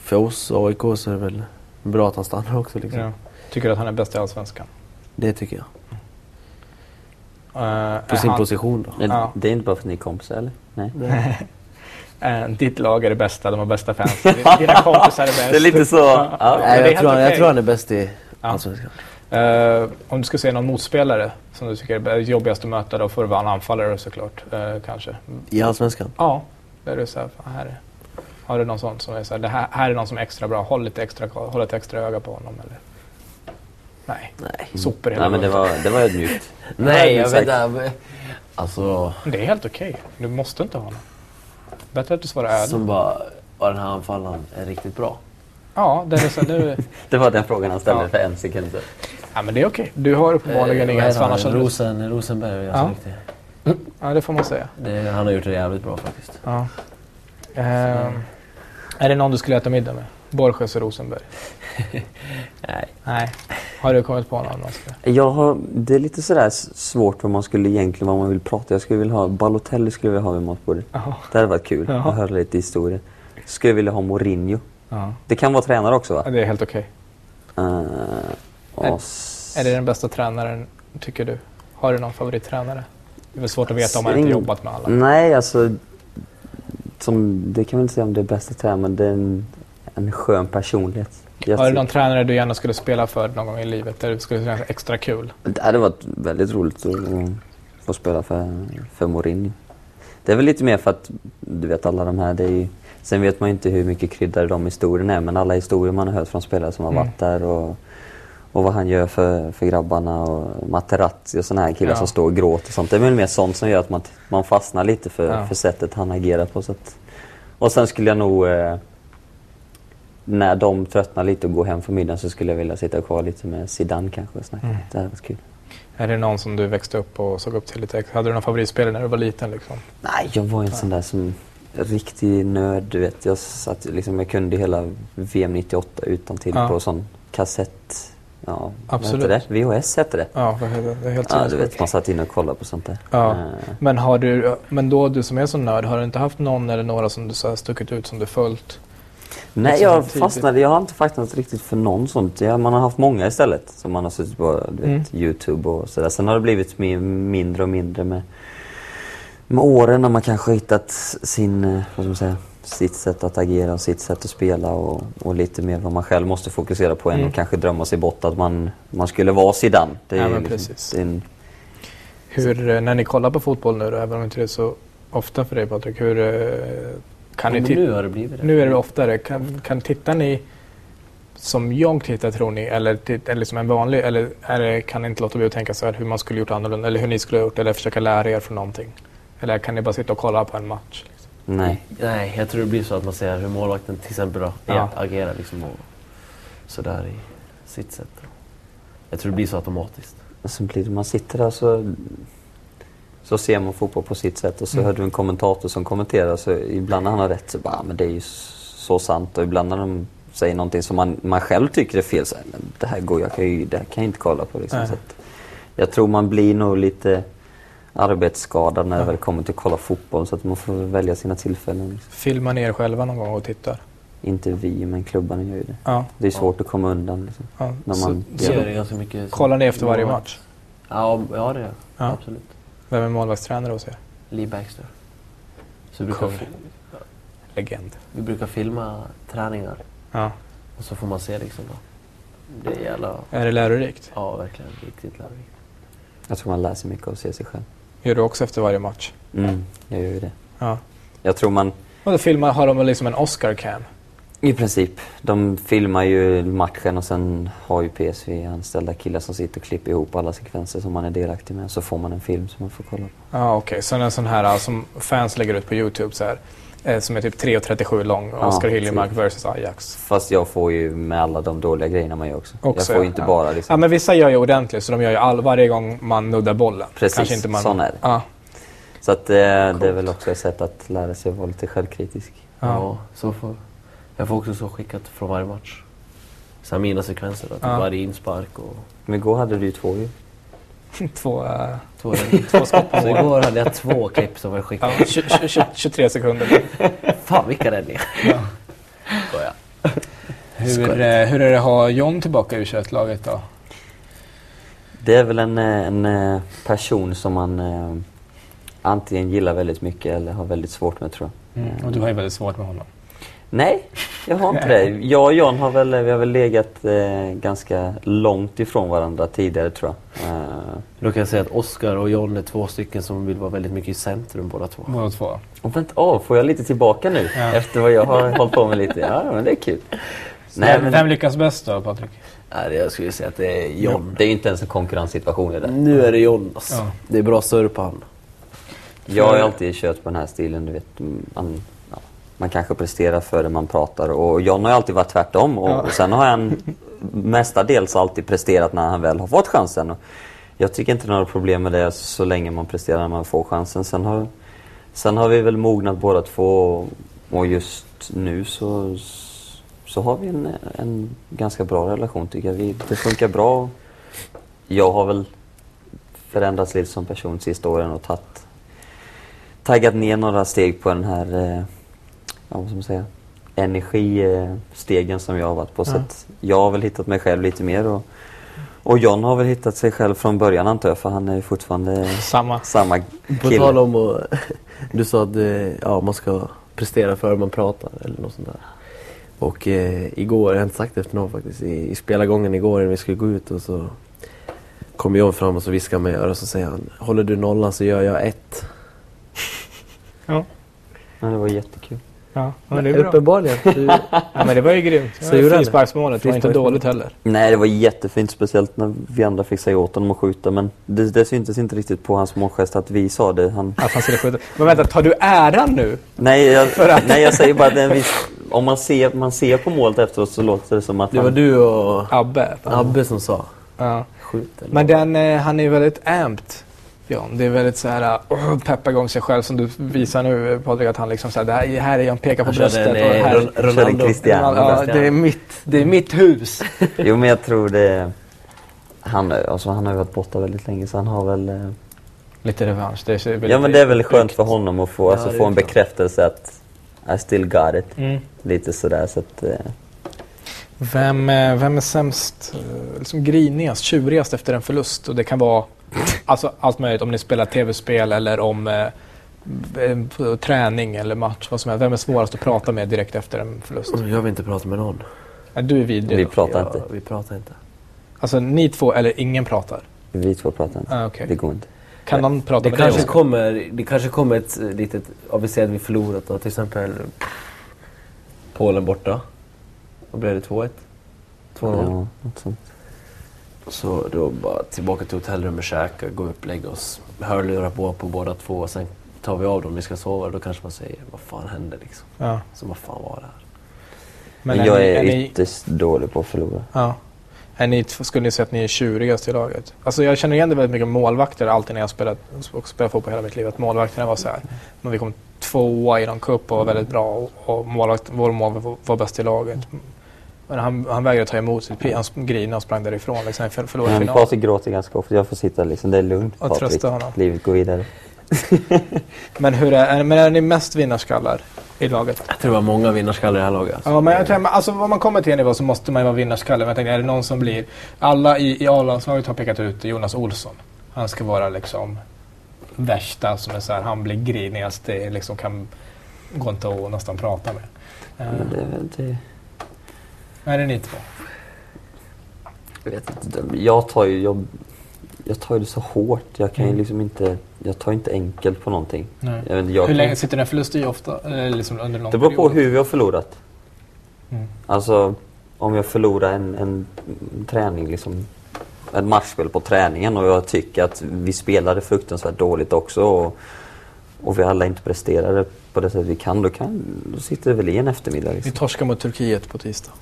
[SPEAKER 2] för oss AIK så är det väl bra att han stannar också liksom.
[SPEAKER 1] Ja. Tycker du att han är bäst i Allsvenskan?
[SPEAKER 2] Det tycker jag.
[SPEAKER 1] Eh,
[SPEAKER 2] På
[SPEAKER 1] är
[SPEAKER 2] sin
[SPEAKER 1] han-
[SPEAKER 2] position då.
[SPEAKER 3] Nej,
[SPEAKER 1] Ja.
[SPEAKER 3] Det är inte bara för att ni är kompisar eller? Nej.
[SPEAKER 1] eh, ditt lag är det bästa, de har bästa fans. Din- Dina kompisar är bäst.
[SPEAKER 3] Det är lite så.
[SPEAKER 1] Ja.
[SPEAKER 3] Ja.
[SPEAKER 1] men det är
[SPEAKER 2] Nej, jag,
[SPEAKER 1] helt
[SPEAKER 2] tror han, jag
[SPEAKER 1] okej.
[SPEAKER 2] tror han är bäst i
[SPEAKER 1] Ja.
[SPEAKER 2] Allsvenskan.
[SPEAKER 1] Eh, om du ska säga någon motspelare som du tycker är jobbigast att möta då får det vara en anfallare såklart. eh, kanske.
[SPEAKER 2] I Allsvenskan?
[SPEAKER 1] Ja, där du säger fan här är. Har du någon sån som är så här, det här, här är någon som är extra bra, håll lite extra, koll- håll ett extra öga på honom eller? Nej, Mm.
[SPEAKER 2] Nej.
[SPEAKER 1] sopor hela
[SPEAKER 6] Nej men det
[SPEAKER 1] bunten.
[SPEAKER 6] var, det var ödmjukt.
[SPEAKER 2] Nej, jag
[SPEAKER 6] exakt.
[SPEAKER 2] vet inte. Alltså,
[SPEAKER 1] Men det är helt okej, du måste inte ha någon. Bättre att du svarar ärligt.
[SPEAKER 2] som bara, ja, den här anfallaren är riktigt bra.
[SPEAKER 1] Ja, det är så, du,
[SPEAKER 3] Det var den frågan han
[SPEAKER 1] ställde Ja.
[SPEAKER 3] för en sekund sedan.
[SPEAKER 1] ja, men det är okej. Du har uppenbarligen inga
[SPEAKER 2] Eh, vad heter
[SPEAKER 1] hästar annars.
[SPEAKER 2] han?
[SPEAKER 1] hade du-
[SPEAKER 2] Rosen, Rosenberg är ganska
[SPEAKER 1] Ja.
[SPEAKER 2] riktig.
[SPEAKER 1] Ja, det får man säga.
[SPEAKER 2] Det, han har gjort det jävligt bra faktiskt.
[SPEAKER 1] Ja. Ehm, är det någon du skulle äta middag med? Borges och Rosenberg?
[SPEAKER 2] Nej.
[SPEAKER 1] Nej. Har du kommit på någon? någon skulle-
[SPEAKER 3] Jag har, det är lite sådär s- svårt vad man skulle egentligen vad man vill prata. Jag skulle vilja ha Balotelli skulle jag vilja ha vid matbordet.
[SPEAKER 1] Jaha.
[SPEAKER 3] Det hade varit kul
[SPEAKER 1] Ja.
[SPEAKER 3] att höra lite historia. Skulle jag vilja ha Mourinho.
[SPEAKER 1] Ja.
[SPEAKER 3] Det kan vara tränare också va?
[SPEAKER 1] Ja, Det är helt okej.
[SPEAKER 3] Eh, och
[SPEAKER 1] Är-
[SPEAKER 3] s-
[SPEAKER 1] Är det den bästa tränaren, tycker du? Har du någon favorittränare? Det är väl svårt att veta om man
[SPEAKER 3] Ingen-
[SPEAKER 1] inte jobbat med alla.
[SPEAKER 3] Nej, alltså... Som, det kan man inte säga om det är bästa tränaren, men det är en, en skön personlighet. Jag
[SPEAKER 1] Har du
[SPEAKER 3] ty-
[SPEAKER 1] någon tränare du gärna skulle spela för någon gång i livet? Där det skulle kännas extra kul?
[SPEAKER 3] Det hade varit väldigt roligt att eh, få spela för, för Mourinho. Det är väl lite mer för att, du vet alla de här, det är ju, Sen vet man ju inte hur mycket kryddade de historierna är, men alla historier man har hört från spelare som har
[SPEAKER 1] Mm.
[SPEAKER 3] varit där och, och vad han gör för, för grabbarna och Materazzi och sådana här killar
[SPEAKER 1] Ja.
[SPEAKER 3] som står och gråter och sånt. Det är väl mer sånt som gör att man, man fastnar lite för,
[SPEAKER 1] Ja.
[SPEAKER 3] för sättet han agerar på. Så att, och sen skulle jag nog, eh, när de tröttnar lite och går hem för middagen så skulle jag vilja sitta kvar lite med Zidane kanske och snacka.
[SPEAKER 1] Mm.
[SPEAKER 3] Det hade varit kul.
[SPEAKER 1] Är det någon som du växte upp och såg upp till lite extra? Hade du någon favoritspelare när du var liten? Liksom?
[SPEAKER 3] Nej, jag var ju en sån där som riktig nörd, du vet. Jag satt liksom, jag kunde hela VM 98 utan till
[SPEAKER 1] Ja.
[SPEAKER 3] på sån kassett... Ja,
[SPEAKER 1] Absolut.
[SPEAKER 3] Vad heter det? VHS hette det.
[SPEAKER 1] Ja, vad heter det? det är helt
[SPEAKER 3] Ja, du
[SPEAKER 1] sinnessjukt.
[SPEAKER 3] vet, man satt in och kollade på sånt där.
[SPEAKER 1] Ja.
[SPEAKER 3] Eh,
[SPEAKER 1] Men, har du, men då, du som är så nörd, har du inte haft någon eller några som du så här stuckit ut som du följt?
[SPEAKER 3] nej,
[SPEAKER 1] Liksom
[SPEAKER 3] jag
[SPEAKER 1] tidigt.
[SPEAKER 3] fastnade. Jag har inte fastnat riktigt för någon sånt. Ja, man har haft många istället. Som man har suttit på du vet,
[SPEAKER 1] Mm.
[SPEAKER 3] Youtube och sådär. Sen har det blivit mi- mindre och mindre med, med åren när man kanske har hittat sin, eh, vad ska man säga, sitt sätt att agera och sitt sätt att spela och, och lite mer vad man själv måste fokusera på än
[SPEAKER 1] Mm.
[SPEAKER 3] och kanske drömma sig bort att man, man skulle vara Zidane. Det
[SPEAKER 1] Ja,
[SPEAKER 3] ju
[SPEAKER 1] men precis.
[SPEAKER 3] det är liksom- en,
[SPEAKER 1] Hur, eh, när ni kollar på fotboll nu då, även om inte det är så ofta för dig Patrik, hur eh, kan ni
[SPEAKER 2] Men
[SPEAKER 1] titta?
[SPEAKER 2] nu har det blivit det.
[SPEAKER 1] Nu
[SPEAKER 3] Mm.
[SPEAKER 1] är det oftare. Kan, kan tittar ni som jag tittar tror ni, eller, titt- eller som en vanlig, eller är det, kan ni inte låta bli att tänka så här hur man skulle gjort annorlunda, eller hur ni skulle ha gjort, eller försöka lära er från någonting? Eller kan ni bara sitta och kolla på en match?
[SPEAKER 3] nej.
[SPEAKER 2] Nej, jag tror det blir så att man ser hur målvakten till exempel då,
[SPEAKER 1] Ja.
[SPEAKER 2] agerar liksom och sådär i sitt sätt. Då. Jag tror det blir så automatiskt.
[SPEAKER 3] Sen blir det, man sitter där så...
[SPEAKER 6] Så
[SPEAKER 3] Så ser man fotboll på sitt sätt och så
[SPEAKER 1] Mm.
[SPEAKER 3] hör du en kommentator som kommenterar så ibland när han har rätt så bara, "Ah, men det är ju så sant och ibland när de säger någonting som man, man själv tycker är fel så här, men det här går jag kan ju, det här kan jag inte kolla på liksom.
[SPEAKER 1] Nej.
[SPEAKER 3] Så att jag tror man blir nog lite arbetsskadad när det
[SPEAKER 1] Ja.
[SPEAKER 3] väl kommer till att kolla fotboll så att man får välja sina tillfällen. Liksom.
[SPEAKER 1] Filma ner själva någon gång och tittar.
[SPEAKER 3] Inte vi, men klubbarna gör ju det.
[SPEAKER 1] Ja,
[SPEAKER 3] Det är svårt att komma undan. Liksom.
[SPEAKER 1] ja.
[SPEAKER 3] När man
[SPEAKER 1] så, så,
[SPEAKER 3] gör
[SPEAKER 2] Ser det ganska mycket.
[SPEAKER 1] kollar ni efter varje match?
[SPEAKER 2] Ja, ja det gör jag.
[SPEAKER 1] Ja.
[SPEAKER 2] Absolut.
[SPEAKER 1] Vem är målvaktstränare hos er?
[SPEAKER 2] Lee Baxter. Så vi, brukar,
[SPEAKER 1] Cool.
[SPEAKER 2] fi-
[SPEAKER 1] Legend.
[SPEAKER 2] vi brukar filma träningar
[SPEAKER 1] Ja.
[SPEAKER 2] och så får man se liksom. Då. Det är jävla...
[SPEAKER 1] Är det lärorikt?
[SPEAKER 2] Ja, verkligen. Riktigt lärorikt.
[SPEAKER 3] Jag tror man lär sig mycket av att se sig själv.
[SPEAKER 1] Gör du också efter varje match?
[SPEAKER 3] Mm, jag gör ju det.
[SPEAKER 1] Ja.
[SPEAKER 3] Jag tror man
[SPEAKER 1] Och då filmar, har de liksom en Oscar-cam?
[SPEAKER 3] I princip. De filmar ju matchen och sen har ju PSV anställda killar som sitter och klipper ihop alla sekvenser som man är delaktig med. Så får man en film som man får kolla på.
[SPEAKER 1] Ja, okej. Så en sån här alltså, som fans lägger ut på YouTube så här. Eh, som är typ 3.37 lång.
[SPEAKER 3] Ja,
[SPEAKER 1] Oscar Hiljemark
[SPEAKER 3] typ.
[SPEAKER 1] versus Ajax.
[SPEAKER 3] Fast jag får ju med alla de dåliga grejerna man gör också.
[SPEAKER 1] Också,
[SPEAKER 3] jag får ju
[SPEAKER 1] ja.
[SPEAKER 3] inte
[SPEAKER 1] Ja.
[SPEAKER 3] bara
[SPEAKER 1] Ja,
[SPEAKER 3] liksom...
[SPEAKER 1] men vissa gör ju ordentligt, så de gör ju all, varje gång man nuddar bollen.
[SPEAKER 3] Precis,
[SPEAKER 1] Kanske inte man...
[SPEAKER 3] sån är det.
[SPEAKER 1] Ja.
[SPEAKER 3] Så att, eh, det är
[SPEAKER 2] Coolt.
[SPEAKER 3] väl också ett sätt att lära sig att vara lite självkritisk.
[SPEAKER 1] Ja.
[SPEAKER 2] Ja. så får, jag får också så skickat från varje match. Så här mina sekvenser då. Typ
[SPEAKER 1] Ja.
[SPEAKER 2] varje inspark och...
[SPEAKER 3] Men igår hade du ju två ju.
[SPEAKER 1] Två, eh,
[SPEAKER 2] Två, två skott på Igår hade jag två klipp som var
[SPEAKER 1] ja,
[SPEAKER 2] skickade.
[SPEAKER 1] 20, 20, 23 sekunder.
[SPEAKER 2] Fan vilka räddningar! Skoja.
[SPEAKER 1] Hur, eh, hur är det att ha John tillbaka i U21-laget då?
[SPEAKER 3] Det är väl en, eh, en eh, person som man eh, antingen gillar väldigt mycket eller har väldigt svårt med tror jag.
[SPEAKER 1] Mm. Och du har ju väldigt svårt med honom.
[SPEAKER 3] Nej, jag har inte det. Jag och John har väl, vi har väl legat eh, ganska långt ifrån varandra tidigare tror jag. Eh,
[SPEAKER 2] Då kan jag säga att Oscar och John är två stycken som vill vara väldigt mycket i centrum båda två.
[SPEAKER 1] Båda två.
[SPEAKER 3] och vänta, åh, får jag lite tillbaka nu?
[SPEAKER 1] Ja.
[SPEAKER 3] Efter vad jag har hållit på med lite. Ja, men det är kul.
[SPEAKER 1] Nej,
[SPEAKER 3] Nej,
[SPEAKER 1] vem, vem
[SPEAKER 3] men
[SPEAKER 1] lyckas bäst då, Patrik?
[SPEAKER 2] Nej, det- jag skulle säga att det är John.
[SPEAKER 3] det är ju inte ens en konkurrenssituation i det.
[SPEAKER 2] Nu är det John alltså.
[SPEAKER 1] Ja.
[SPEAKER 2] Det är bra surr på han.
[SPEAKER 3] Jag har ju alltid kört på den här stilen, du vet. Man, ja, man kanske presterar före man pratar och John har ju alltid varit tvärtom och,
[SPEAKER 1] Ja.
[SPEAKER 3] och sen har han mestadels alltid presterat när han väl har fått chansen. Och jag tycker inte det är några problem med det så länge man presterar när man får chansen. Sen har, sen har vi väl mognat båda två och just nu så, så har vi en, en ganska bra relation tycker jag. Vi, det funkar bra. Jag har väl förändrats lite som person sista åren och tagit taggat ner några steg på den här, eh, ja, vad ska man säga, energistegen som jag har varit på. Så
[SPEAKER 1] Ja.
[SPEAKER 3] att jag har väl hittat mig själv lite mer och, och John har väl hittat sig själv från början antar jag för han är ju fortfarande
[SPEAKER 1] Samma.
[SPEAKER 3] samma
[SPEAKER 2] På tal
[SPEAKER 3] kille.
[SPEAKER 2] om att... Du sa att eh, ja, man ska prestera före man pratar eller något sånt där. Och eh, igår, jag har inte sagt det efter någon faktiskt, i, i spelargången igår när vi skulle gå ut och så kom John fram och så viskade han mig i örat och så säger han Håller du nollan så gör jag ett.
[SPEAKER 3] Ja, det var jättekul.
[SPEAKER 1] Ja, men det är bra.
[SPEAKER 2] Uppenbarligen. Du,
[SPEAKER 1] Ja, men det var ju grymt.
[SPEAKER 2] Så gjorde han det.
[SPEAKER 1] Frisparksmålet var inte
[SPEAKER 2] Frisparksmålet.
[SPEAKER 1] dåligt heller.
[SPEAKER 3] Nej, det var jättefint. Speciellt när vi andra fick säga åt honom att skjuta. Men det, det syntes inte riktigt på hans målgest att vi sa det. Han,
[SPEAKER 1] Att han skulle skjuta. Men vänta, tar du äran nu?
[SPEAKER 3] nej, jag, nej, jag säger bara att det är en viss, om man ser, man ser på målet efteråt så låter det som att
[SPEAKER 2] det var
[SPEAKER 3] han,
[SPEAKER 2] du och
[SPEAKER 1] Abbe.
[SPEAKER 2] Abbe som sa
[SPEAKER 1] Ja.
[SPEAKER 2] skjut. Eller?
[SPEAKER 1] Men den, eh, han är väldigt amped. John. Det är väldigt så här, oh, peppa igång sig själv som du visar nu eh, Patrik. Att han liksom så här, det här, här är jag, pekar på
[SPEAKER 2] Han körde
[SPEAKER 1] bröstet.
[SPEAKER 2] en, eh,
[SPEAKER 1] och här,
[SPEAKER 2] Ron-
[SPEAKER 3] körde
[SPEAKER 2] Ronaldo.
[SPEAKER 3] Cristiano.
[SPEAKER 1] ja, det, är mitt, det är mitt hus.
[SPEAKER 3] Jo, men jag tror det... Han, alltså, han har ju varit borta väldigt länge så han har väl... eh,
[SPEAKER 1] Lite revansch. Det är,
[SPEAKER 3] Ja, men det är väl skönt för honom att få, alltså,
[SPEAKER 2] det är
[SPEAKER 3] få en
[SPEAKER 2] klart.
[SPEAKER 3] bekräftelse att I still got it.
[SPEAKER 1] Mm.
[SPEAKER 3] Lite sådär så att... eh,
[SPEAKER 1] Vem, eh, vem är sämst, eh, liksom grinigast, tjurigast efter en förlust? Och det kan vara alltså, allt möjligt, om ni spelar tv-spel eller om eh, b- eh, träning eller match. Vad som helst. Vem är svårast att prata med direkt efter en förlust?
[SPEAKER 2] Jag vill inte prata med någon.
[SPEAKER 1] Nej, Du är
[SPEAKER 3] Mm. Vi
[SPEAKER 1] vidrig.
[SPEAKER 3] pratar
[SPEAKER 2] jag,
[SPEAKER 3] inte.
[SPEAKER 2] Vi pratar inte.
[SPEAKER 1] Alltså ni två eller ingen pratar?
[SPEAKER 3] Vi två pratar inte.
[SPEAKER 1] Ah, okej.
[SPEAKER 3] Det går inte.
[SPEAKER 1] Kan någon prata
[SPEAKER 2] Det
[SPEAKER 1] med dig?
[SPEAKER 2] kanske,
[SPEAKER 1] Oskar?
[SPEAKER 2] kommer, det kanske kommer ett eh, litet... Om vi säger att vi förlorat då, till exempel Polen borta. Då blev det 2-1. 2-0.
[SPEAKER 3] Ja, något sånt.
[SPEAKER 2] Så då bara tillbaka till hotellrummet, käka, gå upp, lägga oss. Hörlurar på på båda två och sen tar vi av dem, vi ska sova. Då kanske man säger, vad fan hände liksom?
[SPEAKER 1] Ja.
[SPEAKER 2] Så vad fan var det här?
[SPEAKER 1] Men
[SPEAKER 3] jag
[SPEAKER 1] ni-
[SPEAKER 3] är,
[SPEAKER 1] ni,
[SPEAKER 3] ytterst dålig på att förlora.
[SPEAKER 1] ja. Är ni, skulle ni säga att ni är tjurigast i laget? Alltså jag känner igen det väldigt mycket med målvakter alltid när jag spelat, och spelat fotboll hela mitt liv. Att målvakterna var så här. Men vi kom tvåa i någon cup och var väldigt bra och, och målvakt, vår målvakt var, var bäst i laget. Men han, han vägrade ta emot sitt pris. Han grinade och sprang därifrån. Liksom, för, förlorade
[SPEAKER 3] Men
[SPEAKER 1] finalen.
[SPEAKER 3] Patrik gråter ganska ofta. Jag får sitta liksom. Det är lugnt
[SPEAKER 1] Och trösta honom.
[SPEAKER 3] Livet går vidare.
[SPEAKER 1] Men, hur är, är, men är ni mest vinnarskallar i laget?
[SPEAKER 2] Jag tror det var många vinnarskallar i det här laget. Alltså.
[SPEAKER 1] Ja, men jag tänker, alltså, om man kommer till en nivå så måste man ju vara vinnarskalle. Men jag tänker, är det någon som blir... Alla i, i A-landslaget har pekat ut Jonas Olsson. Han ska vara liksom värsta som är så här, han blir grinigast. Det är liksom kan gå inte att nästan prata med. Eh,
[SPEAKER 3] Men det, är väl- det,
[SPEAKER 1] är det ni två?
[SPEAKER 3] jag vet inte. de- Jag tar ju, jag, jag tar ju det så hårt. Jag kan ju
[SPEAKER 1] Mm.
[SPEAKER 3] liksom inte... Jag tar inte enkelt på någonting.
[SPEAKER 1] Nej.
[SPEAKER 3] Jag vet, inte, jag
[SPEAKER 1] Hur
[SPEAKER 3] kan-
[SPEAKER 1] länge sitter den förlust i ofta? Eller liksom under lång
[SPEAKER 3] Det beror på
[SPEAKER 1] period?
[SPEAKER 3] hur vi har förlorat.
[SPEAKER 1] Mm.
[SPEAKER 3] Alltså, om jag förlorar en, en träning, liksom, ett matchspel på träningen och jag tycker att vi spelade fruktansvärt dåligt också och, och vi alla inte presterade på det sätt vi kan, då, kan, då sitter det väl i en eftermiddag.
[SPEAKER 1] Ni
[SPEAKER 3] Liksom.
[SPEAKER 1] torskar mot Turkiet på tisdag.